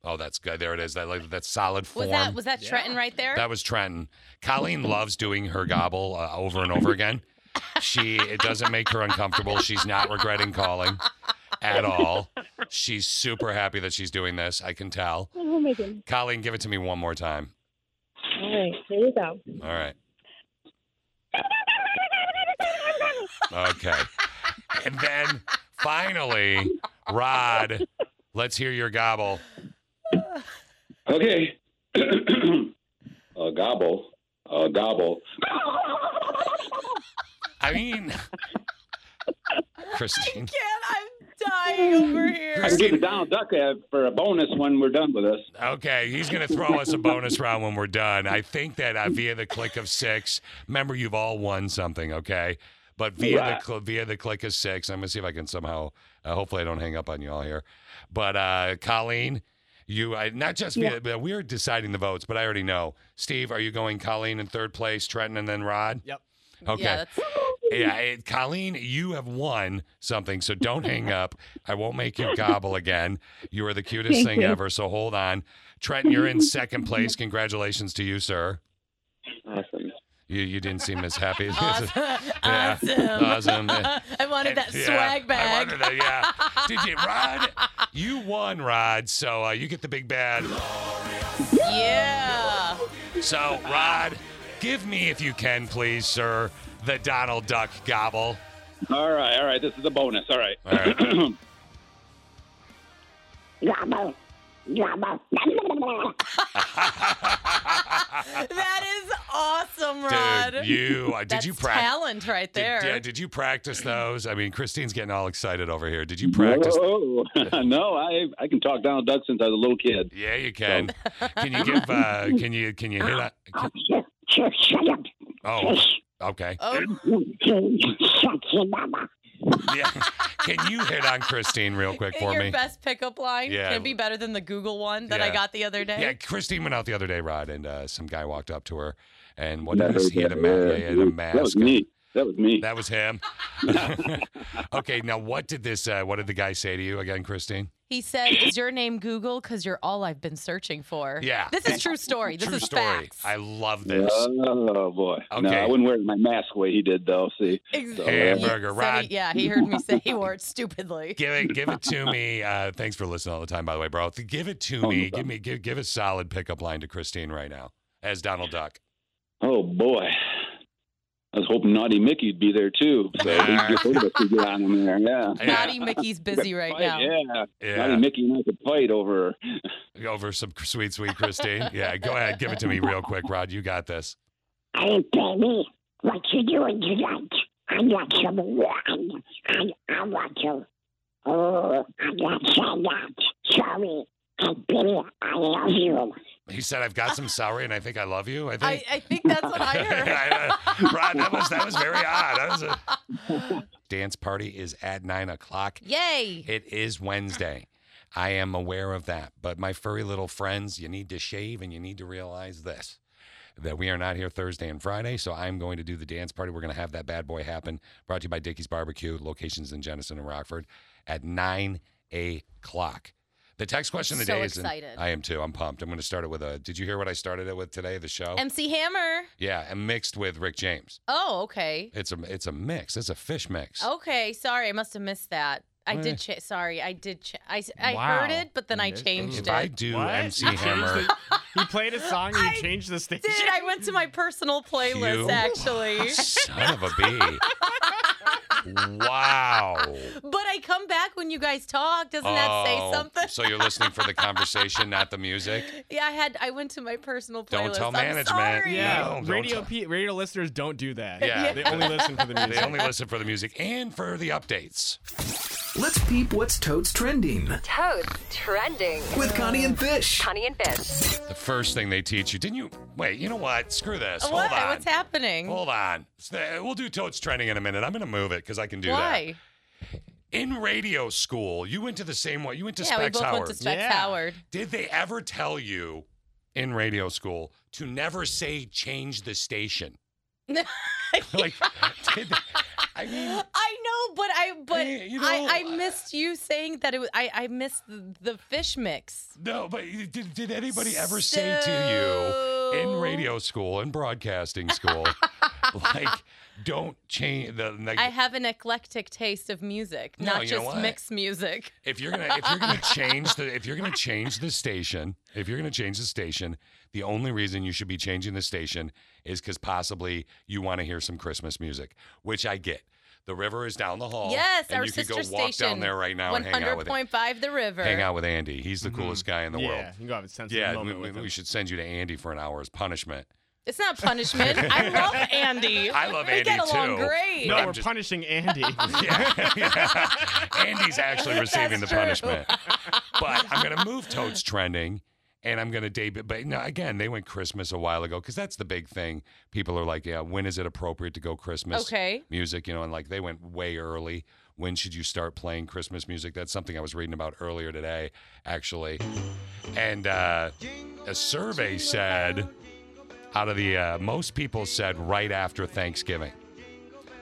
B: Oh, that's good. There it is. That like, that's solid form.
K: was that was that Trenton right there?
B: That was Trenton. Colleen loves doing her gobble uh, over and over again. She it doesn't make her uncomfortable. She's not regretting calling at all. She's super happy that she's doing this. I can tell.
Q: Oh my goodness.
B: Colleen, give it to me one more time.
Q: All right, here we go.
B: All right. Okay. And then finally, Rod, let's hear your gobble.
S: Okay. uh, gobble. Uh, gobble.
B: I mean, Christine.
K: I'm dying over here.
S: I can give the Donald Duck uh, for a bonus when we're done with this.
B: Okay, he's going to throw us a bonus round when we're done. I think that uh, via the click of six. Remember, you've all won something, okay? But via
S: Right.
B: the cl- via the click of six, I'm going to see if I can somehow. Uh, hopefully, I don't hang up on you all here. But uh, Colleen, you I, not just via, but we're deciding the votes, but I already know. Steve, are you going Colleen in third place, Trenton, and then Rod?
G: Yep.
B: Okay. Yeah, it, Colleen, you have won something, so don't hang up. I won't make you gobble again. You are the cutest
S: Thank
B: thing
S: you.
B: ever, so hold on. Trenton, you're in second place. Congratulations to you, sir.
S: Awesome.
B: You, you didn't seem as happy.
K: Awesome.
B: Yeah. Awesome. Yeah.
K: I wanted that
B: Yeah,
K: swag
B: I
K: bag.
B: wanted that, yeah. Did you, Rod? You won, Rod. So uh, you get the big bad.
K: Yeah.
B: So, Rod, give me, if you can, please, sir, the Donald Duck gobble.
S: All right, all right. This is a bonus. All right.
B: All right.
S: Gobble. Gobble.
K: that is awesome, Rod.
B: Dude, you uh, did
K: That's
B: you practice?
K: talent right there.
B: Yeah, did you practice those? I mean, Christine's getting all excited over here. Did you practice?
S: Whoa. no, I I can talk Donald Duck since I was a little kid.
B: Yeah, you can. Can you give? Uh, can you? Can you hit? A, can, oh, okay. Yeah. Can you hit on Christine real quick for
K: Your
B: me?
K: best pickup line
B: Yeah.
K: can it be better than the Google one that I
B: Yeah.
K: got the other day.
B: Yeah, Christine went out the other day, Rod, and uh, some guy walked up to her, and what
S: Yeah,
B: did he, he had a, ma-
S: yeah,
B: yeah, he had a mask.
S: that was me. That was me.
B: That was him. okay, now what did this? Uh, what did the guy say to you again, Christine?
K: He said, "Is your name Google? Because you're all I've been searching for."
B: Yeah.
K: This is true story. This
B: True
K: is
B: story.
K: fact.
B: I love this.
S: Oh boy. No,
B: Okay.
S: I wouldn't wear my mask the way he did though. See.
K: Exactly.
B: Hamburger Rod.
K: yeah, he heard me say he wore it stupidly.
B: Give it, give it to me. Uh, thanks for listening all the time, by the way, bro. Th- Give it to
S: no
B: me. Give me, give, give a solid pickup line to Christine right now as Donald Duck.
S: Oh boy. I was hoping Naughty Mickey'd be there too. So we could get both of us to get on him there. Yeah.
K: Naughty Mickey's busy right now.
S: Yeah.
B: Yeah.
S: Naughty Mickey and I could fight over.
B: Over some sweet, sweet Christine. yeah, go ahead, give it to me real quick, Rod. You got this.
F: Hey, baby, what you doing tonight? I got some wine. I, I want to. Oh, I got some that. Sorry. Hey, baby, I love you.
B: He said, "I've got some celery, and I think I love you." I
K: I,
B: think.
K: I think that's what I heard.
B: I, uh, Rod, that was that was very odd. That was a... Dance party is at nine o'clock.
K: Yay!
B: It is Wednesday. I am aware of that. But my furry little friends, you need to shave and you need to realize this that we are not here Thursday and Friday. So I'm going to do the dance party. We're going to have that bad boy happen. Brought to you by Dickie's Barbecue, locations in Jenison and Rockford at 9 o'clock. The text question of the
K: So
B: day is and
K: excited.
B: I am too. I'm pumped. I'm going to start it with a Did you hear what I started it with today, the show?
K: MC Hammer.
B: yeah, and mixed with Rick James.
K: Oh, okay.
B: It's a it's a mix. It's a fish mix.
K: Okay, sorry, I must have missed that. I
B: What?
K: did. Cha- sorry, I did. Cha- I s- I
B: Eh. Wow.
K: heard it, but then I
B: Missed it.
K: changed
B: If
K: it.
B: I do
G: What?
B: MC
G: You changed
B: Hammer.
G: it. He played a song and he changed the station.
K: Dude, I went to my personal playlist
B: You
K: actually,
B: Son of a bee. wow.
K: but I come back when you guys talk. Doesn't that say
B: Oh,
K: something?
B: So you're listening for the conversation, not the music.
K: Yeah, I had. I went to my personal playlist.
B: Don't tell
K: I'm
B: management.
K: sorry.
G: Yeah,
B: No, don't
G: radio
B: tell-
G: pe- radio listeners don't do that.
B: Yeah.
G: they only listen for the music.
B: They only listen for the music and for the updates.
I: Let's peep what's totes trending
L: Toads trending.
I: with Connie and Fish.
L: Connie and Fish.
B: The first thing they teach you, didn't you? Wait, you know what? Screw this.
K: What?
B: Hold on.
K: What's happening?
B: Hold on. Stay- We'll do totes trending in a minute. I'm going to move it because I can do that.
K: Why?
B: In radio school, you went to the same one. You went to
K: yeah, we
B: Specs
K: both
B: Howard.
K: went to Specs
G: Yeah.
K: Howard.
B: Did they ever tell you in radio school to never say change the station? Like, did they, I mean,
K: I know, but I but
B: Hey, you know, uh,
K: I, I missed you saying that it was. I I missed the, the fish mix.
B: no, but did, did anybody ever say to you in
K: So-
B: radio school and broadcasting school, like, don't change the, like,
K: I have an eclectic taste of music,
B: No,
K: not
B: you know
K: just
B: what?
K: mixed music.
B: if you're gonna if you're gonna change the if you're gonna change the station if you're gonna change the station the only reason you should be changing the station is because possibly you want to hear some christmas music which i get the river is down the hall
K: yes,
B: and
K: our
B: you could
K: sister
B: go walk
K: station.
B: down there right now and hang out with
K: 100.5 The River.
B: hang out with andy he's the coolest guy in the
G: Mm-hmm. yeah,
B: world
G: you gotta have a sense of
B: yeah, we,
G: moment
B: we,
G: with him.
B: we should send you to Andy for an hour as punishment.
K: It's not punishment. I love Andy.
B: I love
K: we
B: Andy
K: get along
B: too.
K: great.
G: No,
B: I'm
G: we're
B: just-
G: punishing Andy.
B: Yeah, yeah. Andy's actually receiving
K: That's
B: the
K: true.
B: punishment. But I'm going to move Totes trending and I'm going to debut. But now, again, they went Christmas a while ago because that's the big thing. People are like, yeah, when is it appropriate to go Christmas
K: Okay.
B: music? You know, and like they went way early. When should you start playing Christmas music? That's something I was reading about earlier today, actually. And uh, a survey said out of the uh, most people said right after Thanksgiving.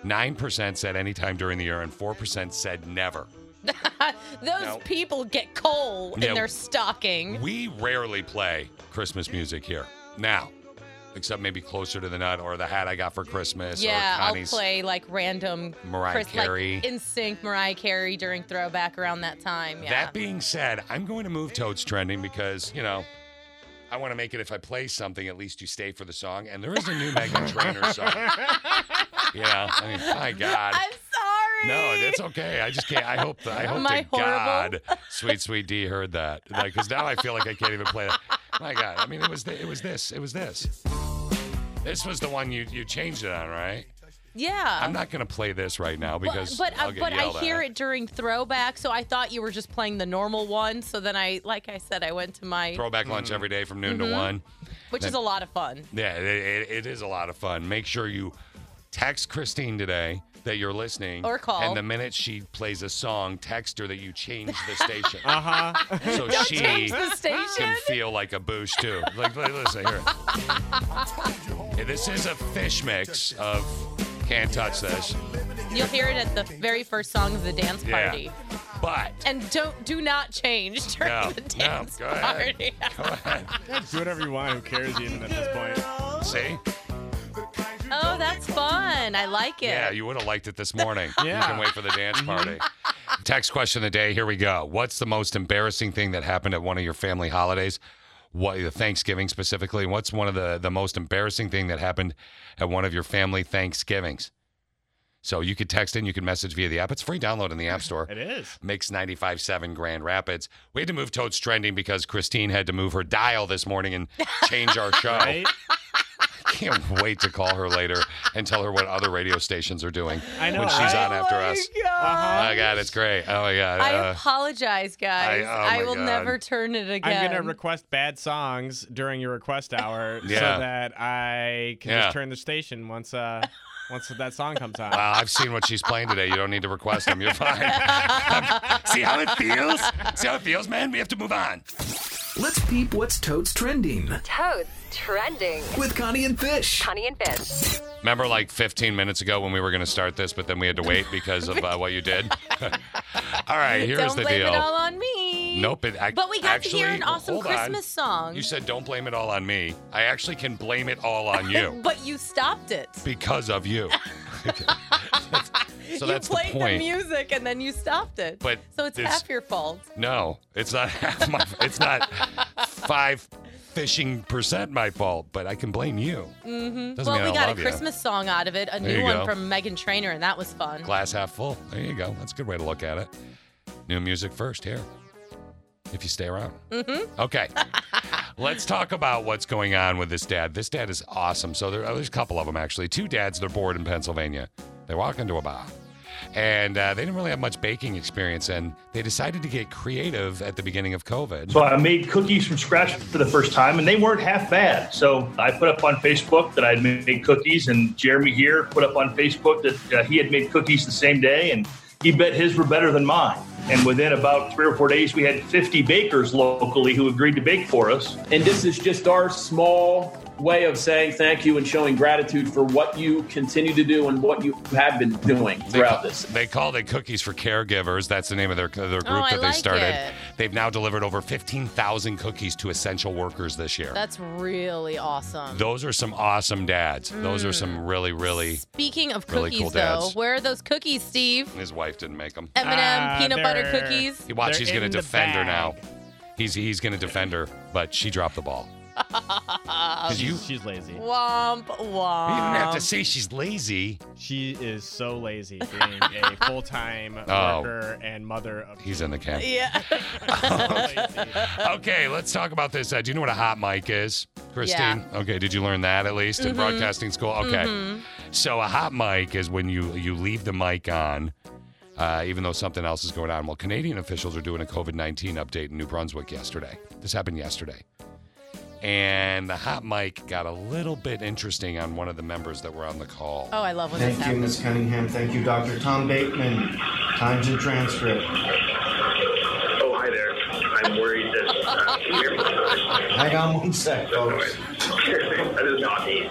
B: 9% said anytime during the year, and 4% said never.
K: Those
B: No.
K: people get coal
B: Yeah.
K: in their stocking.
B: We rarely play Christmas music here. Now, except maybe closer to the nut or the hat I got for Christmas.
K: yeah,
B: or
K: I'll
B: Connie's.
K: play like random
B: Mariah
K: Chris,
B: Carey.
K: like in sync Mariah Carey during throwback around that time. Yeah,
B: That being said, I'm going to move Toad's trending because you know. I want to make it if I play something, at least you stay for the song. And there is a new Megan Trainor song. Yeah, I mean, my God.
K: I'm sorry.
B: No, that's okay. I just can't. I hope that. I hope
K: Am I
B: to God, sweet sweet D heard that. Like, because now I feel like I can't even play that. My God. I mean, it was th- it was this. It was this. This was the one you you changed it on, right?
K: yeah.
B: I'm not gonna play this right now
K: Well,
B: because
K: but
B: I'll
K: uh,
B: get
K: but I
B: yelled at.
K: hear it during throwback, so I thought you were just playing the normal one. So then I, like I said, I went to my
B: Throwback lunch every day from noon
K: Mhm.
B: to one.
K: which is
B: Then-
K: a lot of fun.
B: Yeah, it, it, it is a lot of fun. Make sure you text Christine today that you're listening.
K: Or call.
B: And the minute she plays a song, text her that you changed the station.
G: huh.
B: So
K: Don't
B: she
K: change the station.
B: can feel like a boosh too. Like, li- listen here. Yeah, this is a fish mix of can't touch this.
K: You'll hear it at the very first song of the dance
B: Yeah.
K: party.
B: But
K: And don't do not change during
B: No,
K: the
B: no,
K: dance
B: go ahead.
K: party.
G: Do whatever you want. Who cares even at this point?
B: See?
K: oh, that's fun. I like it.
B: Yeah, you would have liked it this morning. You
K: Yeah.
B: can wait for the dance party. Text question of the day. Here we go. What's the most embarrassing thing that happened at one of your family holidays? What Thanksgiving specifically? What's one of the the most embarrassing thing that happened at one of your family Thanksgivings? So you could text in, you can message via the app. It's free download in the App Store.
G: It is.
B: Mix 95.7 Grand Rapids. We had to move Totes Trending because Christine had to move her dial this morning and change our show.
G: Right?
B: I can't wait to call her later and tell her what other radio stations are doing
G: I know,
B: when she's
G: right?
B: on after us. Oh my god, it's great. Oh my god.
K: I
B: uh,
K: apologize, guys.
B: I- oh my
K: I will
B: God.
K: never turn it again.
G: I'm gonna request bad songs during your request hour
B: Yeah.
G: so that I can
B: Yeah.
G: just turn the station once uh once that song comes on.
B: wow, I've seen what she's playing today. You don't need to request them. You're fine. See how it feels? See how it feels, man? We have to move on.
I: Let's peep what's toads trending
L: Toads trending
I: with Connie and Fish.
L: Connie and Fish.
B: Remember like 15 minutes ago when we were going to start this, but then we had to wait because of uh, what you did? all right, here's
K: Don't
B: the
K: blame
B: deal.
K: it all on me.
B: Nope. It, ac-
K: But we got to
B: actually,
K: hear an awesome
B: hold on.
K: Christmas song.
B: You said don't blame it all on me. I actually can blame it all on you
K: But you stopped it.
B: because of you. so
K: you
B: that's the
K: played the,
B: point.
K: music and then you stopped it.
B: But
K: so it's
B: this-
K: half your fault.
B: No, it's not half my. It's not five fishing percent my fault, but I can blame you.
K: hmm
B: Doesn't
K: Well,
B: mean I
K: we got a
B: love ya.
K: Christmas song out of it, a
B: There
K: new
B: you
K: one
B: go.
K: from Megan Trainor, and that was fun.
B: Glass half full. There you go. That's a good way to look at it. New music first here. If you stay around.
K: hmm
B: Okay. Let's talk about what's going on with this dad. This dad is awesome. So there, oh, there's a couple of them actually. Two dads. They're bored in Pennsylvania. They walk into a bar, and uh, they didn't really have much baking experience, and they decided to get creative at the beginning of COVID.
T: So I made cookies from scratch for the first time, and they weren't half bad. So I put up on Facebook that I'd made cookies, and Jeremy here put up on Facebook that uh, he had made cookies the same day, and he bet his were better than mine. And within about three or four days, we had 50 bakers locally who agreed to bake for us.
U: And this is just our small way of saying thank you and showing gratitude for what you continue to do and what you have been doing throughout this.
B: They called it Cookies for Caregivers. That's the name of their their group
K: Oh, I
B: that they
K: like
B: started.
K: it.
B: They've now delivered over 15,000 cookies to essential workers this year.
K: That's really awesome.
B: Those are some awesome dads. Those
K: Mm.
B: are some really, really.
K: Speaking of
B: Really
K: cookies,
B: cool
K: though,
B: dads.
K: where are those cookies, Steve?
B: His wife didn't make them.
K: M&M peanut butter
G: they're-
K: cookies.
B: He watch,
G: They're
B: he's going to
G: in the
B: defend her now. He's he's going to defend her, but she dropped the ball. Did you-
G: she's lazy.
K: Um, Womp womp.
B: You didn't
U: Um,
B: have to say she's lazy.
G: She is so lazy being a full time
B: Oh.
G: worker and mother of
B: He's in the camp.
K: Yeah.
B: Okay, let's talk about this. Uh, do you know what a hot mic is, Christine? Okay, did you learn that at least in
K: Mhm.
B: broadcasting school? Okay.
K: Mhm.
B: So a hot mic is when you you leave the mic on, uh, even though something else is going on. Well, Canadian officials are doing a COVID nineteen update in New Brunswick yesterday. This happened yesterday, and the hot mic got a little bit interesting on one of the members that were on the call.
K: Oh, I love when this
V: Thank you,
K: happens.
V: Ms. Cunningham. Thank you, Dr. Tom Bateman. Times and transcript.
W: Oh, hi there. I'm worried uh, that. Uh, can you hear me?
V: Hang on one sec, folks.
W: that is not me.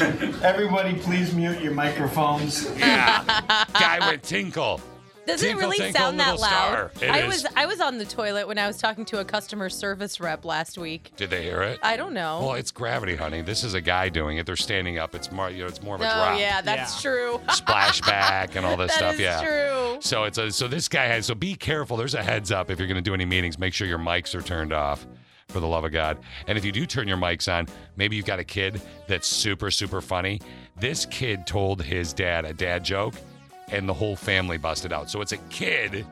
V: Everybody, please mute your microphones.
B: Yeah. Guy went tinkle.
K: Does it
B: Tinkle,
K: really
B: tinkle,
K: sound that
B: little
K: loud?
B: star. It
K: I
B: is.
K: was I was on the toilet when I was talking to a customer service rep last week.
B: Did they hear it?
K: I don't know.
B: Well, it's gravity, honey. This is a guy doing it. They're standing up. It's more, you know, it's more of a
K: oh
B: drop.
K: yeah, that's true.
B: Splashback and all this
K: That
B: stuff.
K: is
B: yeah.
K: true.
B: So it's a, so this guy has so be careful. There's a heads up if you're going to do any meetings. Make sure your mics are turned off, for the love of God. And if you do turn your mics on, maybe you've got a kid that's super super funny. This kid told his dad a dad joke, and the whole family busted out. So it's a kid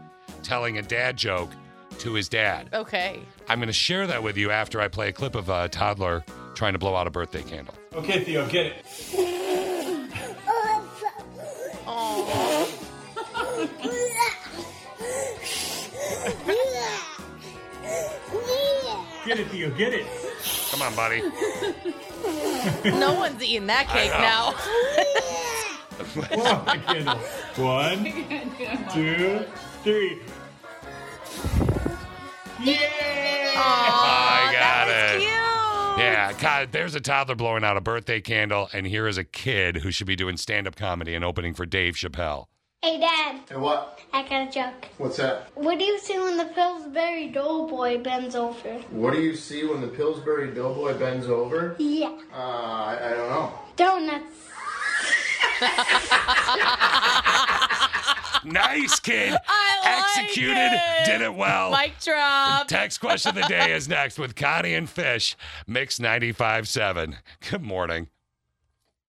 B: telling a dad joke to his dad.
K: Okay.
B: I'm going to share that with you after I play a clip of a toddler trying to blow out a birthday candle.
A: Okay, Theo, get it.
B: Oh.
A: Get it, Theo, get it.
B: Come on, buddy.
K: no one's eating that
A: I
K: cake
A: know.
K: now.
A: One, two, three.
B: I got
A: was
B: it. Yeah, God, there's a toddler blowing out a birthday candle, and here is a kid who should be doing stand up comedy and opening for Dave Chappelle.
C: Hey, Dad.
V: Hey, what?
C: I got a joke.
V: What's that?
C: What do you see when the Pillsbury Doughboy bends over?
V: What do you see when the Pillsbury Doughboy bends over?
C: Yeah,
V: Uh, I, I don't know.
C: donuts.
B: Nice kid.
K: I like
B: Executed,
K: it.
B: did it well.
K: Mic drop.
B: Text question of the day is next with Connie and Fish, Mix 95.7. Good morning.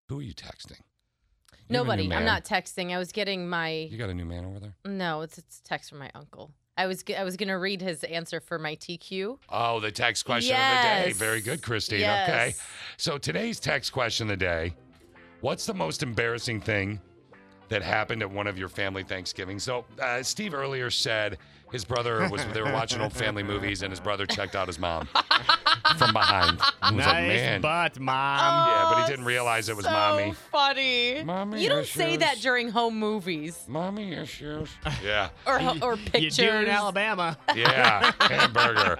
B: Who are you texting? You have a new
K: Nobody. I'm
B: man.
K: not texting. I was getting my
B: You got a new man over there?
K: no. It's it's a text from my uncle. I was g- I was gonna read his answer for my TQ.
B: Oh, the text question of the day.
K: Yes.
B: Very good, Christine.
K: Yes.
B: Okay. So today's text question of the day What's the most embarrassing thing that happened at one of your family Thanksgivings? So uh, Steve earlier said his brother was, they were watching old family movies and his brother checked out his mom from behind. I was
G: nice
B: like, man.
G: butt, mom.
B: yeah, but he didn't realize it was
K: Oh, so
B: mommy.
K: funny.
B: Mommy
K: you don't say
B: issues.
K: that during home movies.
B: Mommy issues. Yeah.
K: Or or
G: You
K: pictures.
G: do in Alabama.
B: Yeah, hamburger.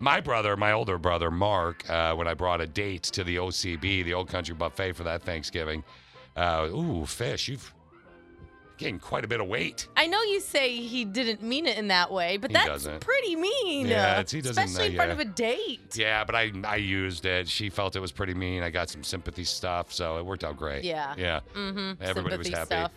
B: My brother, my older brother, Mark, uh, when I brought a date to the OCB, the Old Country Buffet for that Thanksgiving, uh, ooh, fish, you've gained quite a bit of weight.
K: I know you say he didn't mean it in that way, but
B: He
K: that's
B: doesn't.
K: pretty mean.
B: Yeah, it's- he doesn't uh,
K: Especially in
B: know
K: front
B: yet.
K: of a date.
B: Yeah, but I, I used it. She felt it was pretty mean. I got some sympathy stuff, so it worked out great.
K: Yeah.
B: Yeah.
K: Mhm,
B: Everybody was
K: sympathy
B: happy.
K: stuff.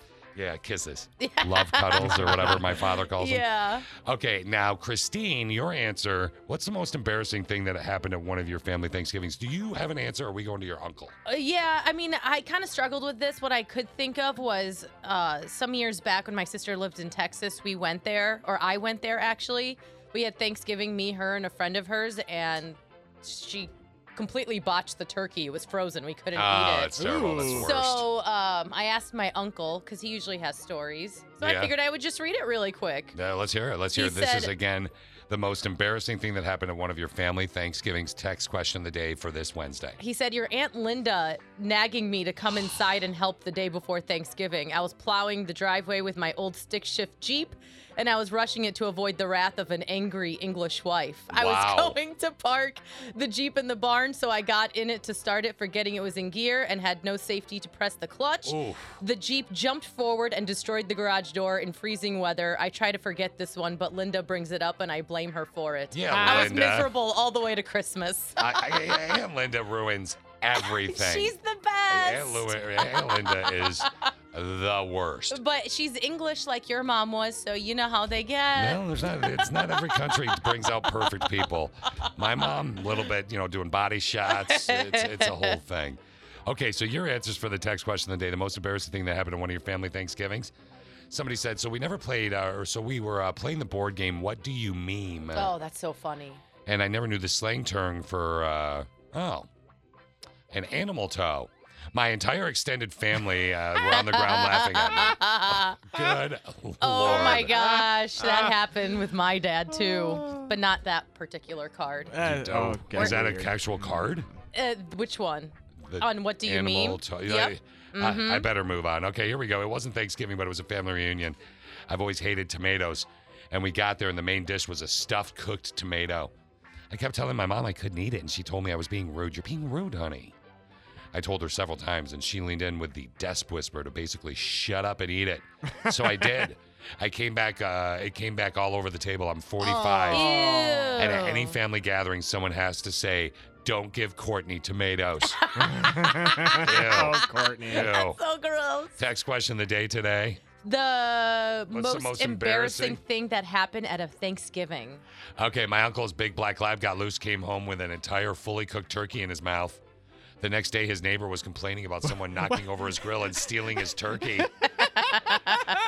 B: Yeah, kisses, love cuddles, or whatever my father calls them.
K: Yeah.
B: Okay, now Christine, your answer. What's the most embarrassing thing that happened at one of your family Thanksgivings? Do you have an answer? Or are we going to your uncle?
K: Uh, yeah, I mean, I kind of struggled with this. What I could think of was uh, some years back when my sister lived in Texas, we went there, or I went there actually. We had Thanksgiving, me, her, and a friend of hers, and she completely botched the turkey. It was frozen. We couldn't
B: Ah,
K: eat it.
B: it's terrible. That's Ooh. the worst.
K: So um, I asked my uncle, because he usually has stories. So
B: Yeah.
K: I figured I would just read it really quick.
B: Uh, let's hear it. Let's
K: He
B: hear it. This is
K: said-
B: again the most embarrassing thing that happened at one of your family Thanksgivings. Text question of the day for this Wednesday.
K: He said, Your Aunt Linda nagging me to come inside and help the day before Thanksgiving. I was plowing the driveway with my old stick shift Jeep, and I was rushing it to avoid the wrath of an angry English wife. I
D: Wow.
K: was going to park the Jeep in the barn, so I got in it to start it, forgetting it was in gear and had no safety to press the clutch.
D: Oof.
K: The Jeep jumped forward and destroyed the garage door in freezing weather. I try to forget this one, but Linda brings it up, and I blame her for it.
B: Yeah,
K: I
B: Linda.
K: was miserable all the way to Christmas.
B: I, I, I- Aunt Linda ruins everything.
K: She's the best.
B: Aunt, Lu- Aunt Linda is the worst.
K: But she's English like your mom was, so you know how they get.
B: No, there's not. It's not every country brings out perfect people. My mom, a little bit, you know, doing body shots. It's, it's a whole thing. Okay, so your answers for the text question of the day: the most embarrassing thing that happened at one of your family Thanksgivings. Somebody said, so we never played, uh, or so we were uh, playing the board game. What do you meme?
K: Oh, that's so funny.
B: and I never knew the slang term for uh, oh, an animal toe. My entire extended family uh, were on the ground laughing at me.
K: oh
B: Good lord! Ah.
K: my gosh, that happened with my dad too, but not that particular card.
B: You don't-
G: okay.
B: Was that an
G: Weird.
B: actual card?
K: Uh, which one? On what do you
B: animal
K: mean?
B: to-
K: Yep.
B: I- I- I,
K: Mhm.
B: better move on. Okay, here we go. It wasn't Thanksgiving, but it was a family reunion. I've always hated tomatoes, and we got there, and the main dish was a stuffed cooked tomato. I kept telling my mom I couldn't eat it, and she told me I was being rude. You're being rude, honey. I told her several times, and she leaned in with the desk whisper to basically shut up and eat it. So I did. I came back. Uh, it came back all over the table. I'm 45.
K: Ew.
B: And at any family gathering, someone has to say, "Don't give Courtney tomatoes."
G: Oh, Courtney.
B: Ew.
K: So gross.
B: Text question of the day today.
K: The
B: What's the
K: most,
B: most
K: embarrassing,
B: embarrassing?
K: thing that happened at a Thanksgiving.
B: Okay, my uncle's big black lab got loose, came home with an entire fully cooked turkey in his mouth. The next day, his neighbor was complaining about someone knocking over his grill and stealing his turkey.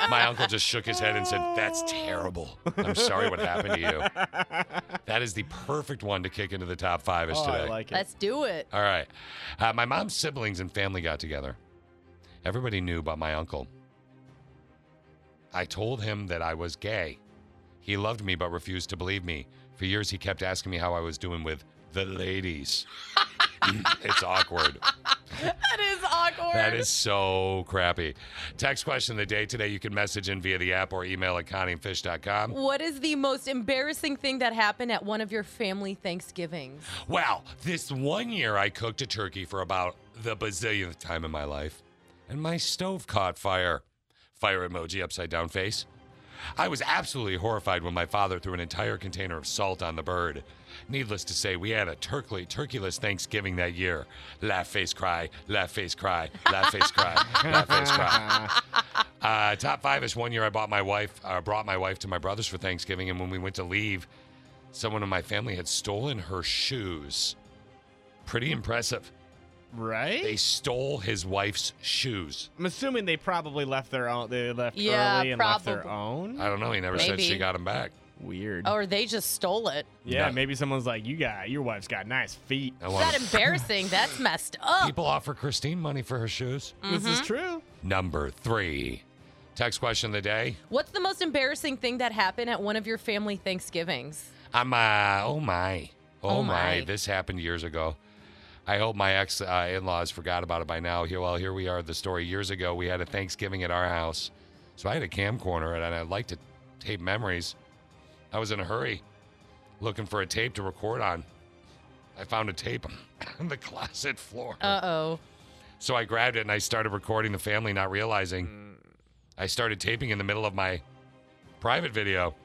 B: my uncle just shook his head and said, That's terrible. I'm sorry what happened to you. That is the perfect one to kick into the top five is today.
K: Let's do Oh, it.
B: All right. Uh, my mom's siblings and family got together. Everybody knew about my uncle. I told him that I was gay. He loved me but refused to believe me. For years, he kept asking me how I was doing with the ladies. it's awkward.
K: That is awkward.
B: That is so crappy. Text question of the day today. You can message in via the app or email at connieandfish.com.
K: What is the most embarrassing thing that happened at one of your family Thanksgivings?
B: Well, this one year I cooked a turkey for about the bazillionth time in my life, and my stove caught fire. Fire emoji, upside down face. I was absolutely horrified when my father threw an entire container of salt on the bird. Needless to say, we had a turkey, turkeyless Thanksgiving that year. Laugh face cry, laugh face cry, laugh face cry, laugh face cry. Uh, top five is one year I bought my wife, uh, brought my wife to my brother's for Thanksgiving, and when we went to leave, someone in my family had stolen her shoes. Pretty impressive.
G: Right?
B: They stole his wife's shoes.
G: I'm assuming they probably left their own. They left
K: Yeah,
G: early and left their
K: probably.
G: own.
B: I don't know. He never said she
K: Maybe.
B: got him back.
G: Weird.
K: Or they just stole it.
G: yeah,
B: No.
G: maybe someone's like, "You got your wife's got nice feet."
B: I
K: Is
B: want
K: that embarrassing? That's messed up.
B: People offer Christine money for her shoes.
K: Mm-hmm.
G: This is true.
B: Number three. Text question of the day.
K: What's the most embarrassing thing that happened at one of your family Thanksgivings?
B: I'm uh, oh my, oh,
K: Oh
B: my.
K: my.
B: this happened years ago. I hope my ex uh, in laws forgot about it by now. Here, well, here we are. The story years ago, we had a Thanksgiving at our house, so I had a camcorder and I like to tape memories. I was in a hurry, looking for a tape to record on. I found a tape on the closet floor.
K: Uh oh.
B: So I grabbed it and I started recording the family, not realizing I started taping in the middle of my private video.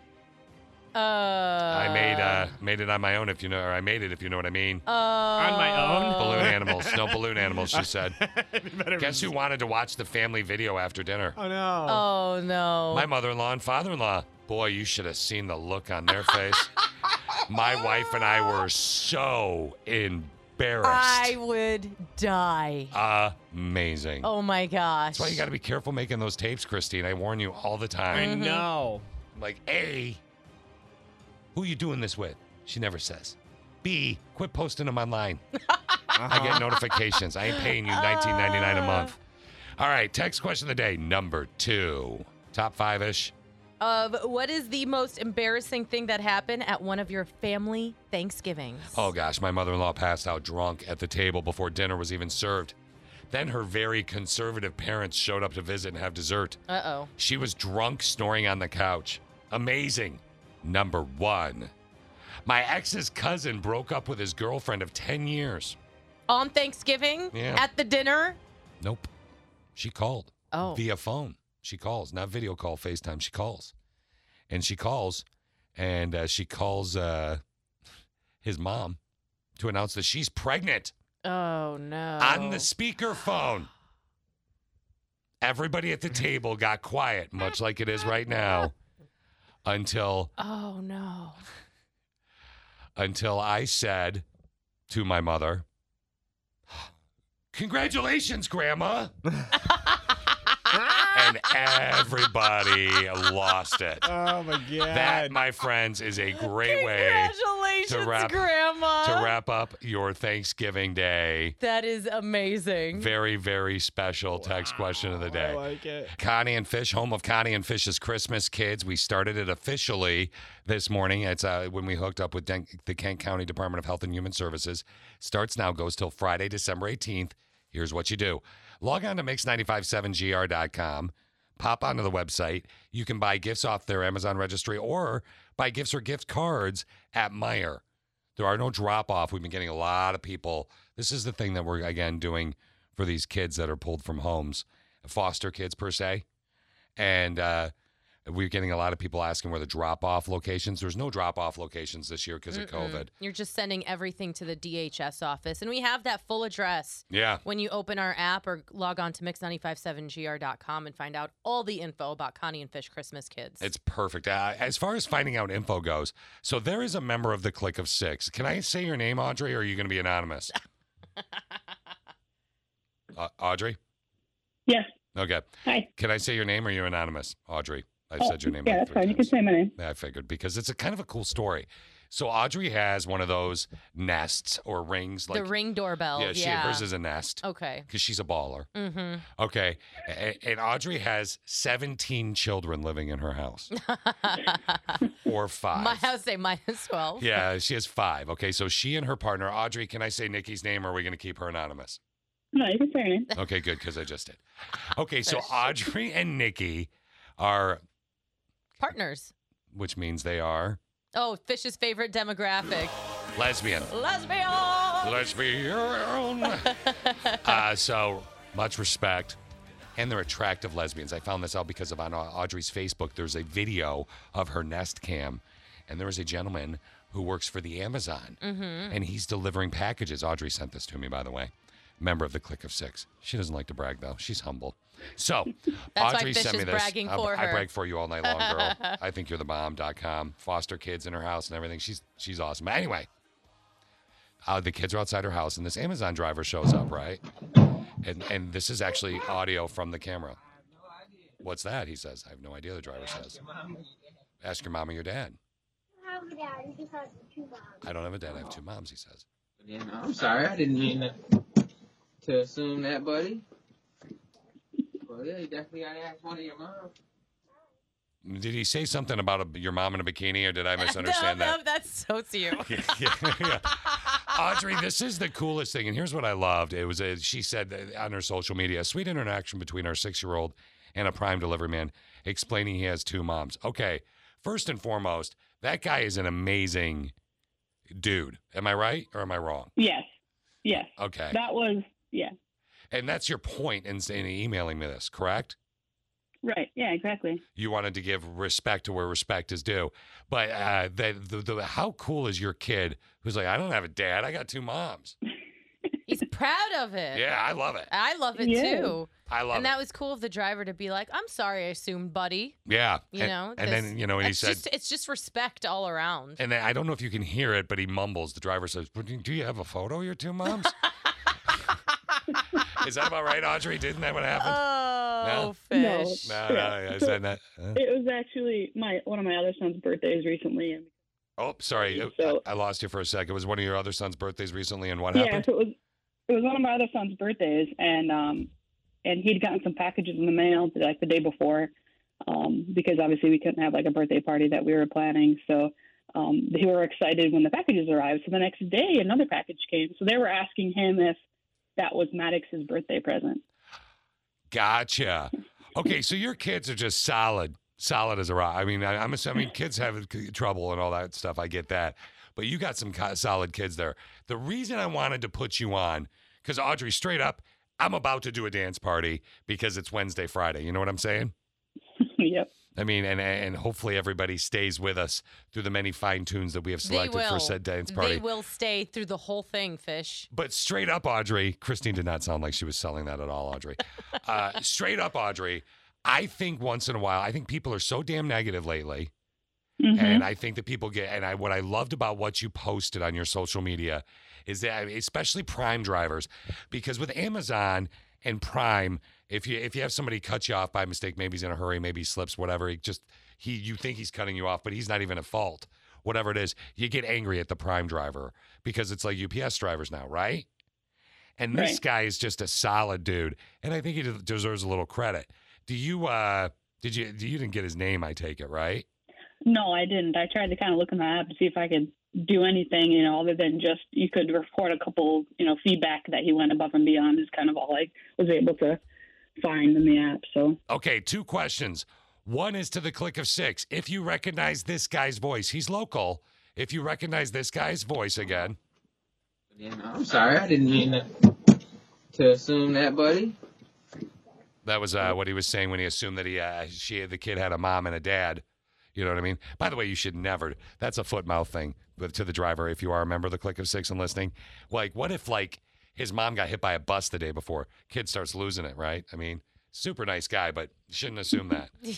K: Uh. I
B: I made uh, made it on my own, if you know, or I made it, if you know what I mean.
K: Uh, on
B: balloon animals, no balloon animals. She said. Guess who wanted to watch the family video after dinner?
G: Oh no.
K: Oh no.
B: My mother-in-law and father-in-law. Boy, you should have seen the look on their face. my wife and I were so
K: I Ah.
B: embarrassed.
K: would die.
B: Amazing.
K: Oh my gosh.
B: That's why you got to be careful making those tapes, Christine. I warn you all the
G: I
B: time.
G: know.
B: Like, A, who you doing this with? She never says. B, quit posting them online. I get notifications. I ain't paying you nineteen ninety nine a month. All right, text question of the day number two. Top five ish.
K: Of what is the most embarrassing thing that happened at one of your family Thanksgivings?
B: Oh gosh, my mother in law passed out drunk at the table before dinner was even served. Then her very conservative parents showed up to visit and have dessert.
K: Uh oh.
B: She was drunk, snoring on the couch. Amazing. Number one. My ex's cousin broke up with his girlfriend of 10 years.
K: On Thanksgiving?
B: Yeah.
K: At the dinner?
B: Nope. She called.
K: Oh.
B: Via phone. She calls, not video call, FaceTime. She calls. And she calls, and uh, she calls uh, his mom to announce that she's pregnant
K: Oh no.
B: on the speakerphone. Everybody at the table got quiet, much like it is right now, until
K: Oh no.
B: until I said to my mother, Congratulations, Grandma. and everybody lost it.
G: Oh my god.
B: That, my friends, is a great way
K: Congratulations,
B: to wrap-
K: Grandma.
B: to wrap up your Thanksgiving day.
K: That is amazing.
B: Very, very special text question of the day.
G: like it.
B: Connie and Fish, home of Connie and Fish's Christmas Kids. We started it officially this morning. It's uh, when we hooked up with Den- the Kent County Department of Health and Human Services. Starts now, goes till Friday, December 18th. Here's what you do log on to mix957gr.com, pop onto the website. You can buy gifts off their Amazon registry or buy gifts or gift cards at Meyer. There are no drop off. We've been getting a lot of people. This is the thing that we're, again, doing for these kids that are pulled from homes, foster kids per se. And uh, We're getting a lot of people asking where the drop off locations. There's no drop off locations this year because of
K: Mm-mm.
B: COVID.
K: You're just sending everything to the DHS office. And we have that full address
B: Yeah.
K: when you open our app or log on to mix957gr.com and find out all the info about Connie and Fish Christmas Kids.
B: It's perfect. Uh, as far as finding out info goes, so there is a member of the Click of Six. Can I say your name, Audrey, or are you going to be anonymous? uh, Audrey?
D: Yes.
B: Okay.
D: Hi.
B: Can I say your name or are you anonymous, Audrey? I have
D: Oh,
B: said your name.
D: Yeah,
B: like
D: that's
B: three
D: fine. You can say my name.
B: I figured because it's a kind of a cool story. So Audrey has one of those nests or rings, like
K: the ring doorbell.
B: Yeah, she hers is a nest
K: Okay.
B: because she's a baller.
K: Mm-hmm.
B: Okay, and, and Audrey has seventeen children living in her house, or five.
K: My house say minus 12.
B: yeah, she has five. Okay, so she and her partner Audrey. Can I say Nikki's name, or are we going to keep her anonymous?
D: No, you can say my name.
B: Okay, good because I just did. Okay, so Audrey and Nikki are,
K: Partners.
B: which means they are
K: Oh, Fish's favorite demographic.
B: lesbian.
K: Lesbian.
B: Let's be your own. uh, so much respect. And they're attractive lesbians. I found this out because of on Au- Audrey's Facebook. There's a video of her Nest Cam, and there is a gentleman who works for the Amazon,
K: Mm-hmm.
E: Mhm.
B: and he's delivering packages. Audrey sent this to me, by the way. Member of the Click of Six. She doesn't like to brag though. She's humble. So
K: That's why
B: Audrey
K: Fish
B: sent me
K: is
B: this.
K: bragging
B: I,
K: for
B: I
K: her.
B: brag for you all night long, girl. I think you're the bomb.com. Foster kids in her house and everything. She's she's awesome. Anyway, uh, the kids are outside her house, and this Amazon driver shows up, right? And and this is actually audio from the camera. What's that? He says. I have no idea. The driver says. Ask your mom or your dad. I don't have a dad. I have two moms. He says.
J: Yeah, no, I'm sorry, I didn't mean to, to assume that, buddy. Well, yeah, you definitely gotta ask one of your moms.
B: Did he say something about a, your mom in a bikini, or did I misunderstand
K: Uh, no,
B: that?
K: No, that's so cute.
B: Yeah, yeah, yeah. Audrey, this is the coolest thing, and here's what I loved. It was a, she said that on her social media, a sweet interaction between our six-year-old and a prime delivery man, explaining he has two moms. Okay, first and foremost, that guy is an amazing dude. Am I right or am I wrong?
D: Yes. Yes.
B: Okay,
D: That was, yeah.
B: and that's your point in, in emailing me this, correct?
D: Right. Yeah, exactly.
B: you wanted to give respect to where respect is due. But uh, the, the, the how cool is your kid who's like, I don't have a dad, I got two moms.
K: He's proud of it.
B: Yeah, I love it.
K: I love it
D: Yeah.
K: too.
B: I love
K: and
B: it.
K: that was cool of the driver to be like, "I'm sorry, I assumed, buddy."
B: yeah,
K: You
B: and,
K: know,
B: and
K: this-
B: then you know, and he
K: it's
B: said,
K: just, "It's just respect all around."
B: and then, I don't know if you can hear it, but he mumbles. The driver says, "But "Do you have a photo of your two moms?" is that about right, Audrey? Didn't that what happened?
K: Oh,
D: No.
K: fish.
B: No, no,
D: Yeah.
B: I said that. uh,
D: It was actually my one of my other son's birthdays recently, and
B: Oh, sorry, I, I lost you for a sec. It was one of your other son's birthdays recently, and what
D: yeah,
B: happened?
D: so it was it was one of my other son's birthdays, and um, and he'd gotten some packages in the mail like the day before, um, because obviously we couldn't have like a birthday party that we were planning, so. Um, they were excited when the packages arrived. So the next day, another package came. So they were asking him if that was Maddox's birthday present.
B: Gotcha. Okay, so your kids are just solid, solid as a rock. I mean, I, I'm assuming kids have c- trouble and all that stuff. I get that, but you got some co- solid kids there. The reason I wanted to put you on, because Audrey, straight up, I'm about to do a dance party because it's Wednesday, Friday. You know what I'm saying?
D: yep.
B: I mean, and and hopefully everybody stays with us through the many fine tunes that we have
K: They
B: selected
K: will.
B: for said dance party.
K: They will stay through the whole thing, fish.
B: But straight up, Audrey, Christine did not sound like she was selling that at all, Audrey. Uh, straight up, Audrey, I think once in a while, I think people are so damn negative lately.
F: Mm-hmm.
B: And I think that people get, and I, what I loved about what you posted on your social media is that, especially Prime drivers, because with Amazon and Prime, if you if you have somebody cut you off by mistake, maybe he's in a hurry, maybe he slips, whatever. He just he you think he's cutting you off, but he's not even at fault. Whatever it is, you get angry at the Prime driver because it's like UPS drivers now, right? And this
D: Right.
B: guy is just a solid dude, and I think he de- deserves a little credit. Do you? uh Did you? You didn't get his name, I take it, right?
D: No, I didn't. I tried to kind of look in the app to see if I could do anything, you know, other than just you could report a couple, you know, feedback that he went above and beyond is kind of all I was able to find in the app. So
B: Okay, two questions. One is to the click of six. If you recognize this guy's voice, he's local. If you recognize this guy's voice again,
J: Yeah, no, I'm sorry, I didn't mean to, to assume that, buddy.
B: That was uh, what he was saying when he assumed that he uh, she the kid had a mom and a dad. You know what I mean? By the way, you should never. That's a foot mouth thing with, to the driver. If you are a member of the Click of Six and listening, like, what if like his mom got hit by a bus the day before? Kid starts losing it, right? I mean, super nice guy, but you shouldn't assume that. You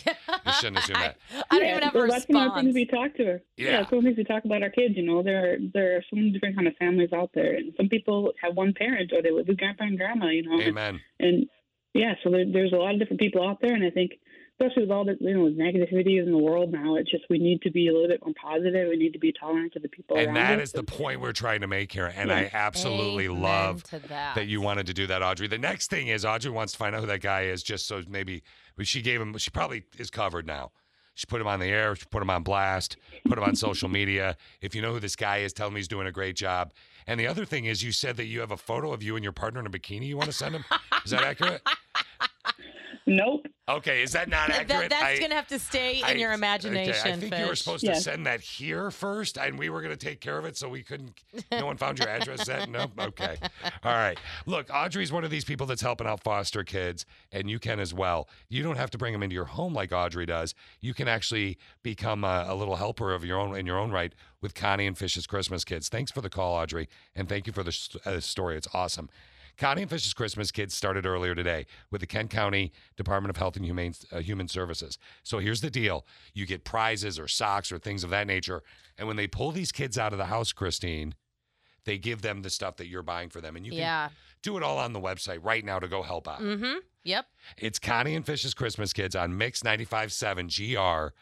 B: shouldn't assume that.
K: I
D: don't even have a That's one of the things we talk to.
B: Yeah.
D: that's one of the things we talk about our kids. You know, there are, there are so many different kind of families out there, and some people have one parent or they live with grandpa and grandma. You know,
B: Amen.
D: and yeah, so there, there's a lot of different people out there, and I think especially with all the you know negativity in the world now, it's just we need to be a little bit more positive. We need to be tolerant to the
K: Oh,
D: people
B: And
D: around
B: that
D: us.
B: is the point we're trying to make here. And I
D: Yes.
B: absolutely
D: Amen
B: love
D: to that.
B: you wanted to do that, Audrey. The next thing is Audrey wants to find out who that guy is, just so maybe but she gave him. She probably is covered now. She put him on the air. She put him on blast. Put him on social media. If you know who this guy is, tell him he's doing a great job. And the other thing is, you said that you have a photo of you and your partner in a bikini. You want to send him? Is that accurate?
D: Nope.
B: Okay, is that not
K: That,
B: accurate?
K: that's
B: I-
K: gonna have to stay in
B: I-
K: your imagination.
B: Okay, I think you were
K: Fish.
B: supposed to send that here first, and we were going to take care of it, so we couldn't. No one found your address. That no. Okay, all right. Look, Audrey's one of these people that's helping out foster kids, and you can as well. You don't have to bring them into your home like Audrey does. You can actually become a, a little helper of your own in your own right with Connie and Fish's Christmas Kids. Thanks for the call, Audrey, and thank you for the s- uh, story. It's awesome. Connie and Fish's Christmas Kids started earlier today with the Kent County Department of Health and Humane, uh, Human Services. So here's the deal you get prizes or socks or things of that nature. And when they pull these kids out of the house, Christine, they give them the stuff that you're buying for them. And you can
K: Yeah.
B: do it all on the website right now to go help out.
K: Mm-hmm. Yep.
B: It's Connie and Fish's Christmas Kids on Mix957GR.com.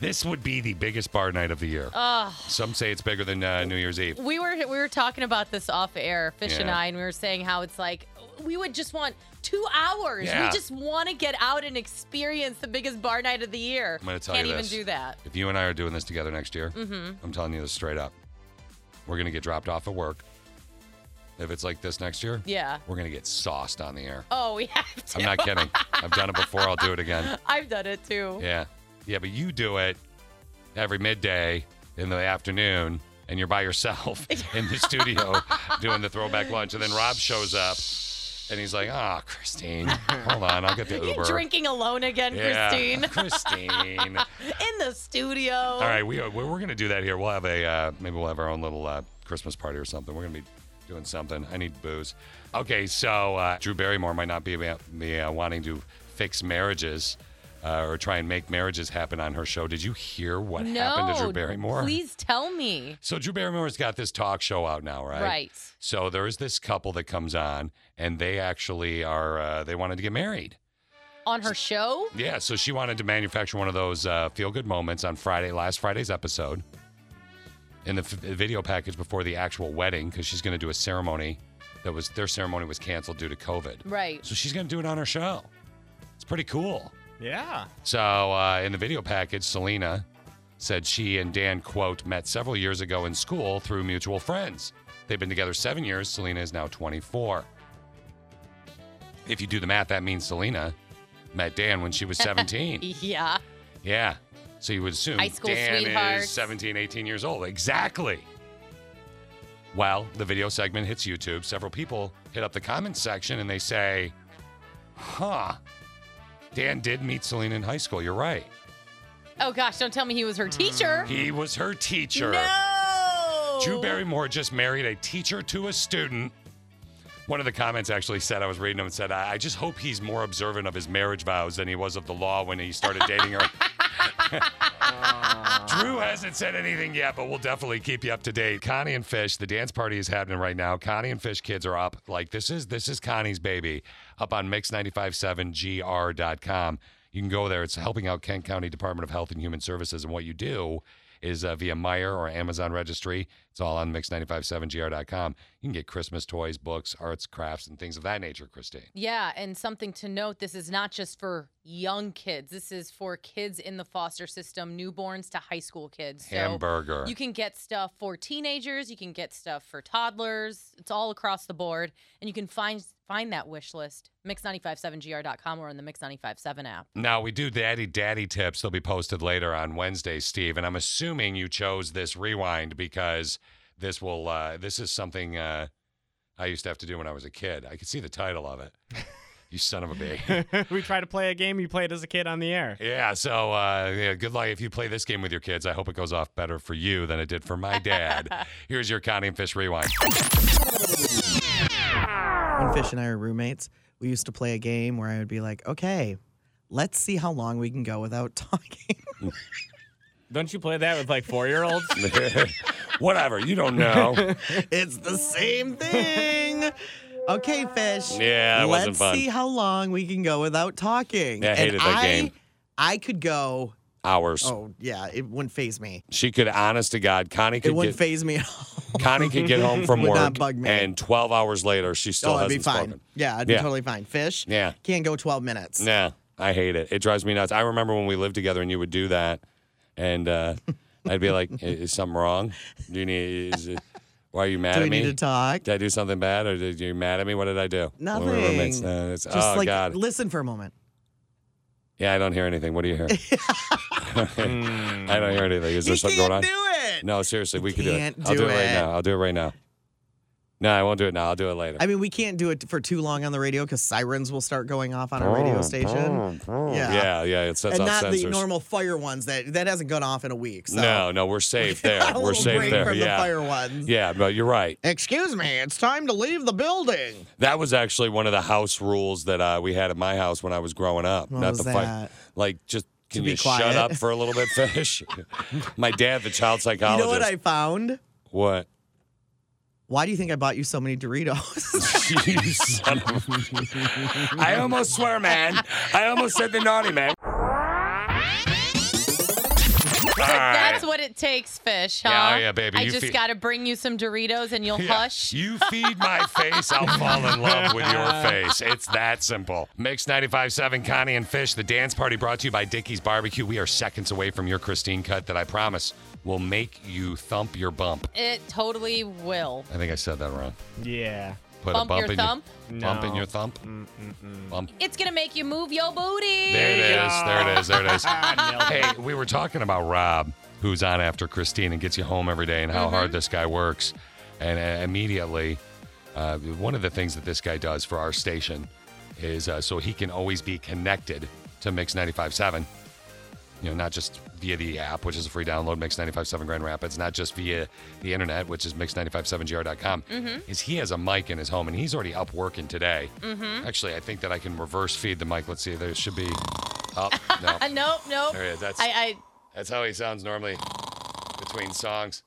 B: This would be the biggest bar night of the year.
K: Oh.
B: Some say it's bigger than uh, New Year's Eve.
K: We were we were talking about this off air, Fish and
B: Yeah.
K: I, and we were saying how it's like we would just want two hours.
B: Yeah.
K: We just want to get out and experience the biggest bar night of the year.
B: I'm gonna tell
K: Can't
B: you
K: even
B: this.
K: do that.
B: If you and I are doing this together next year,
K: Mhm.
B: I'm telling you this straight up. We're going to get dropped off at work. If it's like this next year,
K: Yeah.
B: we're going to get sauced on the air.
K: Oh, we have to.
B: I'm not kidding. I've done it before. I'll do it again.
K: I've done it too.
B: Yeah. Yeah, but you do it every midday in the afternoon and you're by yourself in the studio doing the throwback lunch. And then Rob shows up and he's like, ah, Christine, hold on. I'll get the
K: You
B: Uber.
K: drinking alone again,
B: Yeah,
K: Christine?
B: Christine.
K: In the studio.
B: All right, we are, we're, we're going to do that here. We'll have a uh, maybe we'll have our own little uh, Christmas party or something. We're going to be doing something. I need booze. Okay, so uh, Drew Barrymore might not be about me uh, wanting to fix marriages uh, or try and make marriages happen on her show. Did you hear what
K: no,
B: happened to Drew Barrymore?
K: Please tell me.
B: So Drew Barrymore's got this talk show out now, right?
K: Right.
B: So there is this couple that comes on, and they actually are uh, they wanted to get married.
K: On her show?
B: Yeah, so she wanted to manufacture one of those uh, feel good moments on Friday, last Friday's episode, in the f- video package before the actual wedding, because she's going to do a ceremony that was their ceremony was canceled due to COVID.
K: Right.
B: So she's going to do it on her show. It's pretty cool.
G: Yeah.
B: So uh, in the video package, Selena said she and Dan quote met several years ago in school through mutual friends. They've been together seven years. Selena is now 24. If you do the math, that means Selena met Dan when she was 17.
K: yeah.
B: yeah. So you would assume
K: High school
B: Dan
K: sweethearts.
B: is 17, 18 years old. Exactly. Well, the video segment hits YouTube. Several people hit up the comments section and they say, huh, Dan did meet Selena in high school. You're right.
K: Oh gosh, don't tell me he was
B: Mm.
K: her teacher.
B: He was her teacher.
K: No.
B: Drew Barrymore just married a teacher to a student. One of the comments actually said, I was reading them and said, I I just hope he's more observant of his marriage vows than he was of the law when he started dating her. Drew hasn't said anything yet, but we'll definitely keep you up to date. Connie and Fish, the dance party is happening right now. Connie and Fish kids are up. Like this is this is Connie's baby up on mix957gr.com. You can go there. It's helping out Kent County Department of Health and Human Services. And what you do is uh, via Meyer or Amazon registry. It's all on mix957gr.com. You can get Christmas toys, books, arts, crafts, and things of that nature, Christine.
K: Yeah, and something to note this is not just for young kids. This is for kids in the foster system, newborns to high school kids. So
B: Hamburger.
K: You can get stuff for teenagers, you can get stuff for toddlers. It's all across the board. And you can find find that wish list, mix957gr.com or on the Mix957 app.
B: Now we do daddy daddy tips. They'll be posted later on Wednesday, Steve. And I'm assuming you chose this rewind because this will uh, this is something uh, I used to have to do when I was a kid. I could see the title of it. You son of a bitch.
G: we try to play a game you played as a kid on the air.
B: Yeah, so uh, yeah, good luck if you play this game with your kids. I hope it goes off better for you than it did for my dad. Here's your Connie and Fish rewind.
E: When Fish and I were roommates, we used to play a game where I would be like, okay, let's see how long we can go without talking.
G: Don't you play that with like four year olds?
B: Whatever, you don't know.
E: it's the same thing. Okay, Fish.
B: Yeah, that
E: let's
B: wasn't fun.
E: see how long we can go without talking.
B: Yeah, I
E: And
B: hated that
E: I-
B: game.
E: I could go.
B: Hours.
E: Oh, yeah, it wouldn't phase me.
B: She could, honest to God, Connie
E: It
B: could
E: wouldn't
B: get
E: phase me at all.
B: Connie could get home from
E: Would
B: work,
E: not bug me.
B: and 12 hours later, she still
E: oh, I'd
B: hasn't
E: be fine.
B: spoken.
E: Yeah, I'd be totally fine. Fish
B: Yeah.
E: can't go 12 minutes.
B: Nah, I hate it. It drives me nuts. I remember when we lived together and you would do that, and uh, I'd be like, "I- "Is something wrong? Do you need? Is it, why are you mad
E: Do
B: at
E: we
B: me?
E: need to talk?
B: Did I do something bad, or did you mad at me? What did I do? When we
E: Nothing.
B: were roommates, uh, it's-
E: Just
B: oh
E: like
B: God.
E: listen for a moment.
B: Yeah, I don't hear anything. What do you hear? I don't hear anything. Is there something going on? No, seriously, we could
E: can't
B: do it. I'll
E: do
B: do it right
E: it.
B: now. I'll do it right now. No, I won't do it now. I'll do it later.
E: I mean, we can't do it for too long on the radio because sirens will start going off on a radio
B: Boom,
E: station.
B: boom, boom.
E: Yeah.
B: yeah, yeah. It sets
E: and
B: off
E: not
B: sensors.
E: the normal fire ones that that hasn't gone off in a week. So.
B: No, no, we're safe there.
E: a
B: we're
E: little
B: safe
E: break
B: there.
E: from the
B: yeah.
E: fire ones.
B: Yeah, but you're right.
E: Excuse me, it's time to leave the building.
B: That was actually one of the house rules that uh, we had at my house when I was growing up.
E: What was
B: the
E: that?
B: Like just can
E: be
B: you shut
E: quiet.
B: up for a little bit, fish? my dad, the child
E: You
B: psychologist.
E: know what I found?
B: What?
E: Why do you think I bought you so many Doritos?
B: Jeez, son of a- I almost swear, man. I almost said the naughty man. All right.
K: That's what it takes, fish, huh?
B: Yeah, oh, yeah, baby,
K: I
B: you
K: just
B: feed-
K: got to bring you some Doritos and you'll
B: Yeah.
K: hush.
B: You feed my face, I'll fall in love with your face. It's that simple. Mix 95.7, Connie and Fish, the dance party brought to you by Dickie's Barbecue. We are seconds away from your Christine cut that I promise will make you thump your bump.
K: It totally will.
B: I think I said that wrong.
G: Yeah.
B: Put
K: Bump
B: a bump
K: your
B: in
K: thump?
B: your bump in
G: No.
B: your thump. Bump.
K: It's going to make you move your booty.
B: There it is. There it is. There it is.
K: Nailed it.
B: hey, we were talking about Rob, who's on after Christine and gets you home every day, and how
K: Mm-hmm.
B: hard this guy works. And uh, immediately, uh, one of the things that this guy does for our station is uh, so he can always be connected to Mix 95.7. You know, not just via the app, which is a free download, Mix 95.7 Grand Rapids, not just via the internet, which is mix957gr.com,
K: Mhm.
B: is he has a mic in his home and he's already up working today.
K: Mhm.
B: Actually, I think that I can reverse feed the mic. Let's see. There should be up. No.
K: Uh, nope, nope.
B: There it is. That's,
K: I, I,
B: that's how he sounds normally between songs.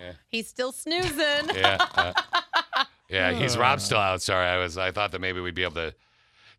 B: Yeah.
K: he's still snoozing.
B: Yeah. uh, yeah.
K: Hmm.
B: He's Rob's still out. Sorry. I was. I thought that maybe we'd be able to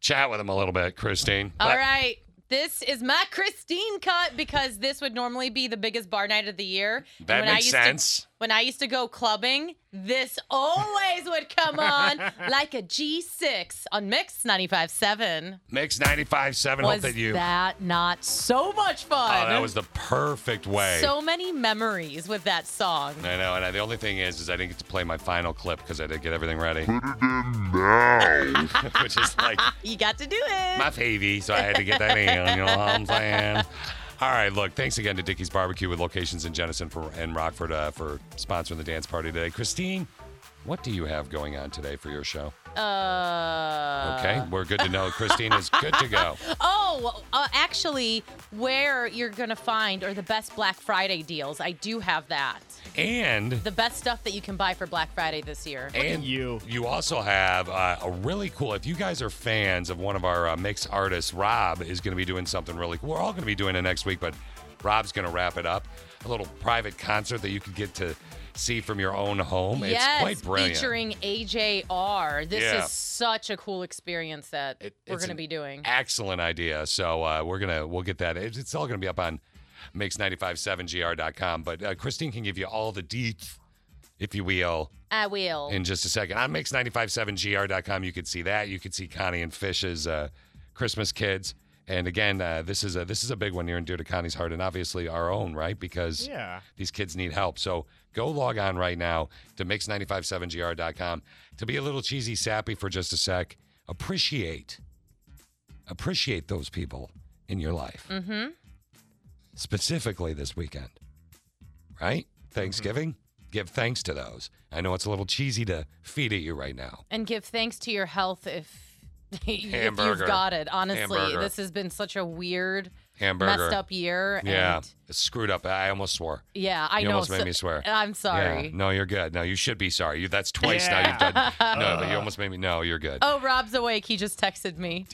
B: chat with him a little bit, Christine.
K: All
B: But-
K: right. This is my Christine cut because this would normally be the biggest bar night of the year. And
B: That
K: I
B: makes
K: used
B: sense.
K: To, when I used to go clubbing, this always would come on like a G6 on Mix 95.7.
B: Mix 95.7. Hope
K: Was
B: that you.
K: that not so much fun?
B: oh, that was the perfect way.
K: So many memories with that song.
B: I know. And I, the only thing is, is I didn't get to play my final clip because I didn't get everything ready. Which is like
K: You got to do it.
B: my favy, so I had to get that in. You know what I'm saying? All right, look, thanks again to Dickie's Barbecue with locations in Jenison for, and Rockford uh, for sponsoring the dance party today. Christine, what do you have going on today for your show?
K: Uh,
B: Okay, we're good to know. Christine is good to go.
K: Oh, uh, actually, where you're going to find are the best Black Friday deals. I do have that.
B: And
K: The best stuff that you can buy for Black Friday this year.
B: and you. You also have uh, a really cool. If you guys are fans of one of our uh, mix artists, Rob is going to be doing something really cool. We're all going to be doing it next week, but Rob's going to wrap it up. A little private concert that you could get to see from your own home.
K: yes,
B: it's quite brilliant.
K: featuring AJR. This
B: Yeah.
K: is such a cool experience that we're
B: it's
K: going to
B: an
K: be doing.
B: Excellent idea. So uh, we're gonna we'll get that. It's, it's all gonna be up on makes957gr.com. But uh, Christine can give you all the deets, if you will,
K: I will.
B: in just a second. On makes957gr.com, you could see that. You could see Connie and Fish's uh, Christmas kids. And again, uh, this is a this is a big one near and dear to Connie's heart, and obviously our own, right? Because
G: Yeah.
B: these kids need help. So go log on right now to mix957gr.com to be a little cheesy sappy for just a sec. Appreciate, appreciate those people in your life,
K: Mm-hmm.
B: specifically this weekend, right? Thanksgiving, give thanks to those. I know it's a little cheesy to feed at you right now.
K: And give thanks to your health if You-
B: Hamburger.
K: You've got it. Honestly,
B: Hamburger.
K: this has been such a weird,
B: Hamburger.
K: messed up year.
B: Yeah,
K: And
B: it's screwed up. I almost swore.
K: yeah, I
B: you
K: know.
B: almost made
K: so-
B: me swear.
K: I'm sorry.
B: Yeah. No, you're good. No, you should be sorry. You that's twice now you've done. No, but you almost made me. No, you're good.
K: Oh, Rob's awake. He just texted me.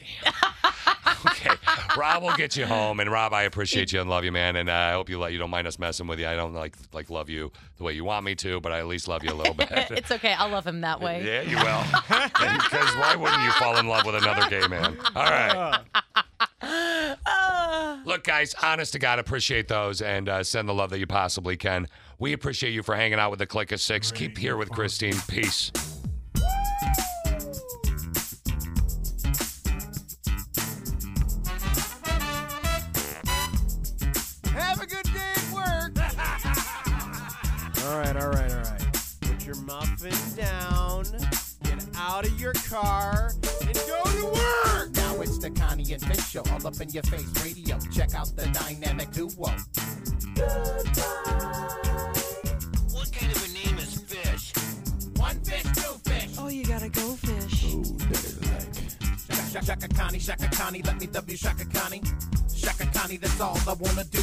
B: Rob will get you home, and Rob, I appreciate you and love you, man. And uh, I hope you let you don't mind us messing with you. I don't like like love you the way you want me to, but I at least love you a little bit.
K: it's okay. I love him that way.
B: Yeah, you will. because why wouldn't you fall in love with another gay man? All
F: Uh.
B: right.
C: Uh.
B: Look, guys, honest to God, appreciate those and uh, send the love that you possibly can. We appreciate you for hanging out with the Click of Six. Keep here with Christine. Peace.
C: Have a good day at work.
F: All right, all right, all right. Put your muffin down, get out of your car, and go to work.
C: now it's the Connie and Fish show, all up in your face radio. Check out the dynamic duo. What kind of a name is Fish? One fish, two fish. Oh, you gotta go fish. Oh, daddy like. Shaka, shaka, shaka Connie, shaka Connie, let me W shaka Connie. Shaka Connie, that's all I wanna do.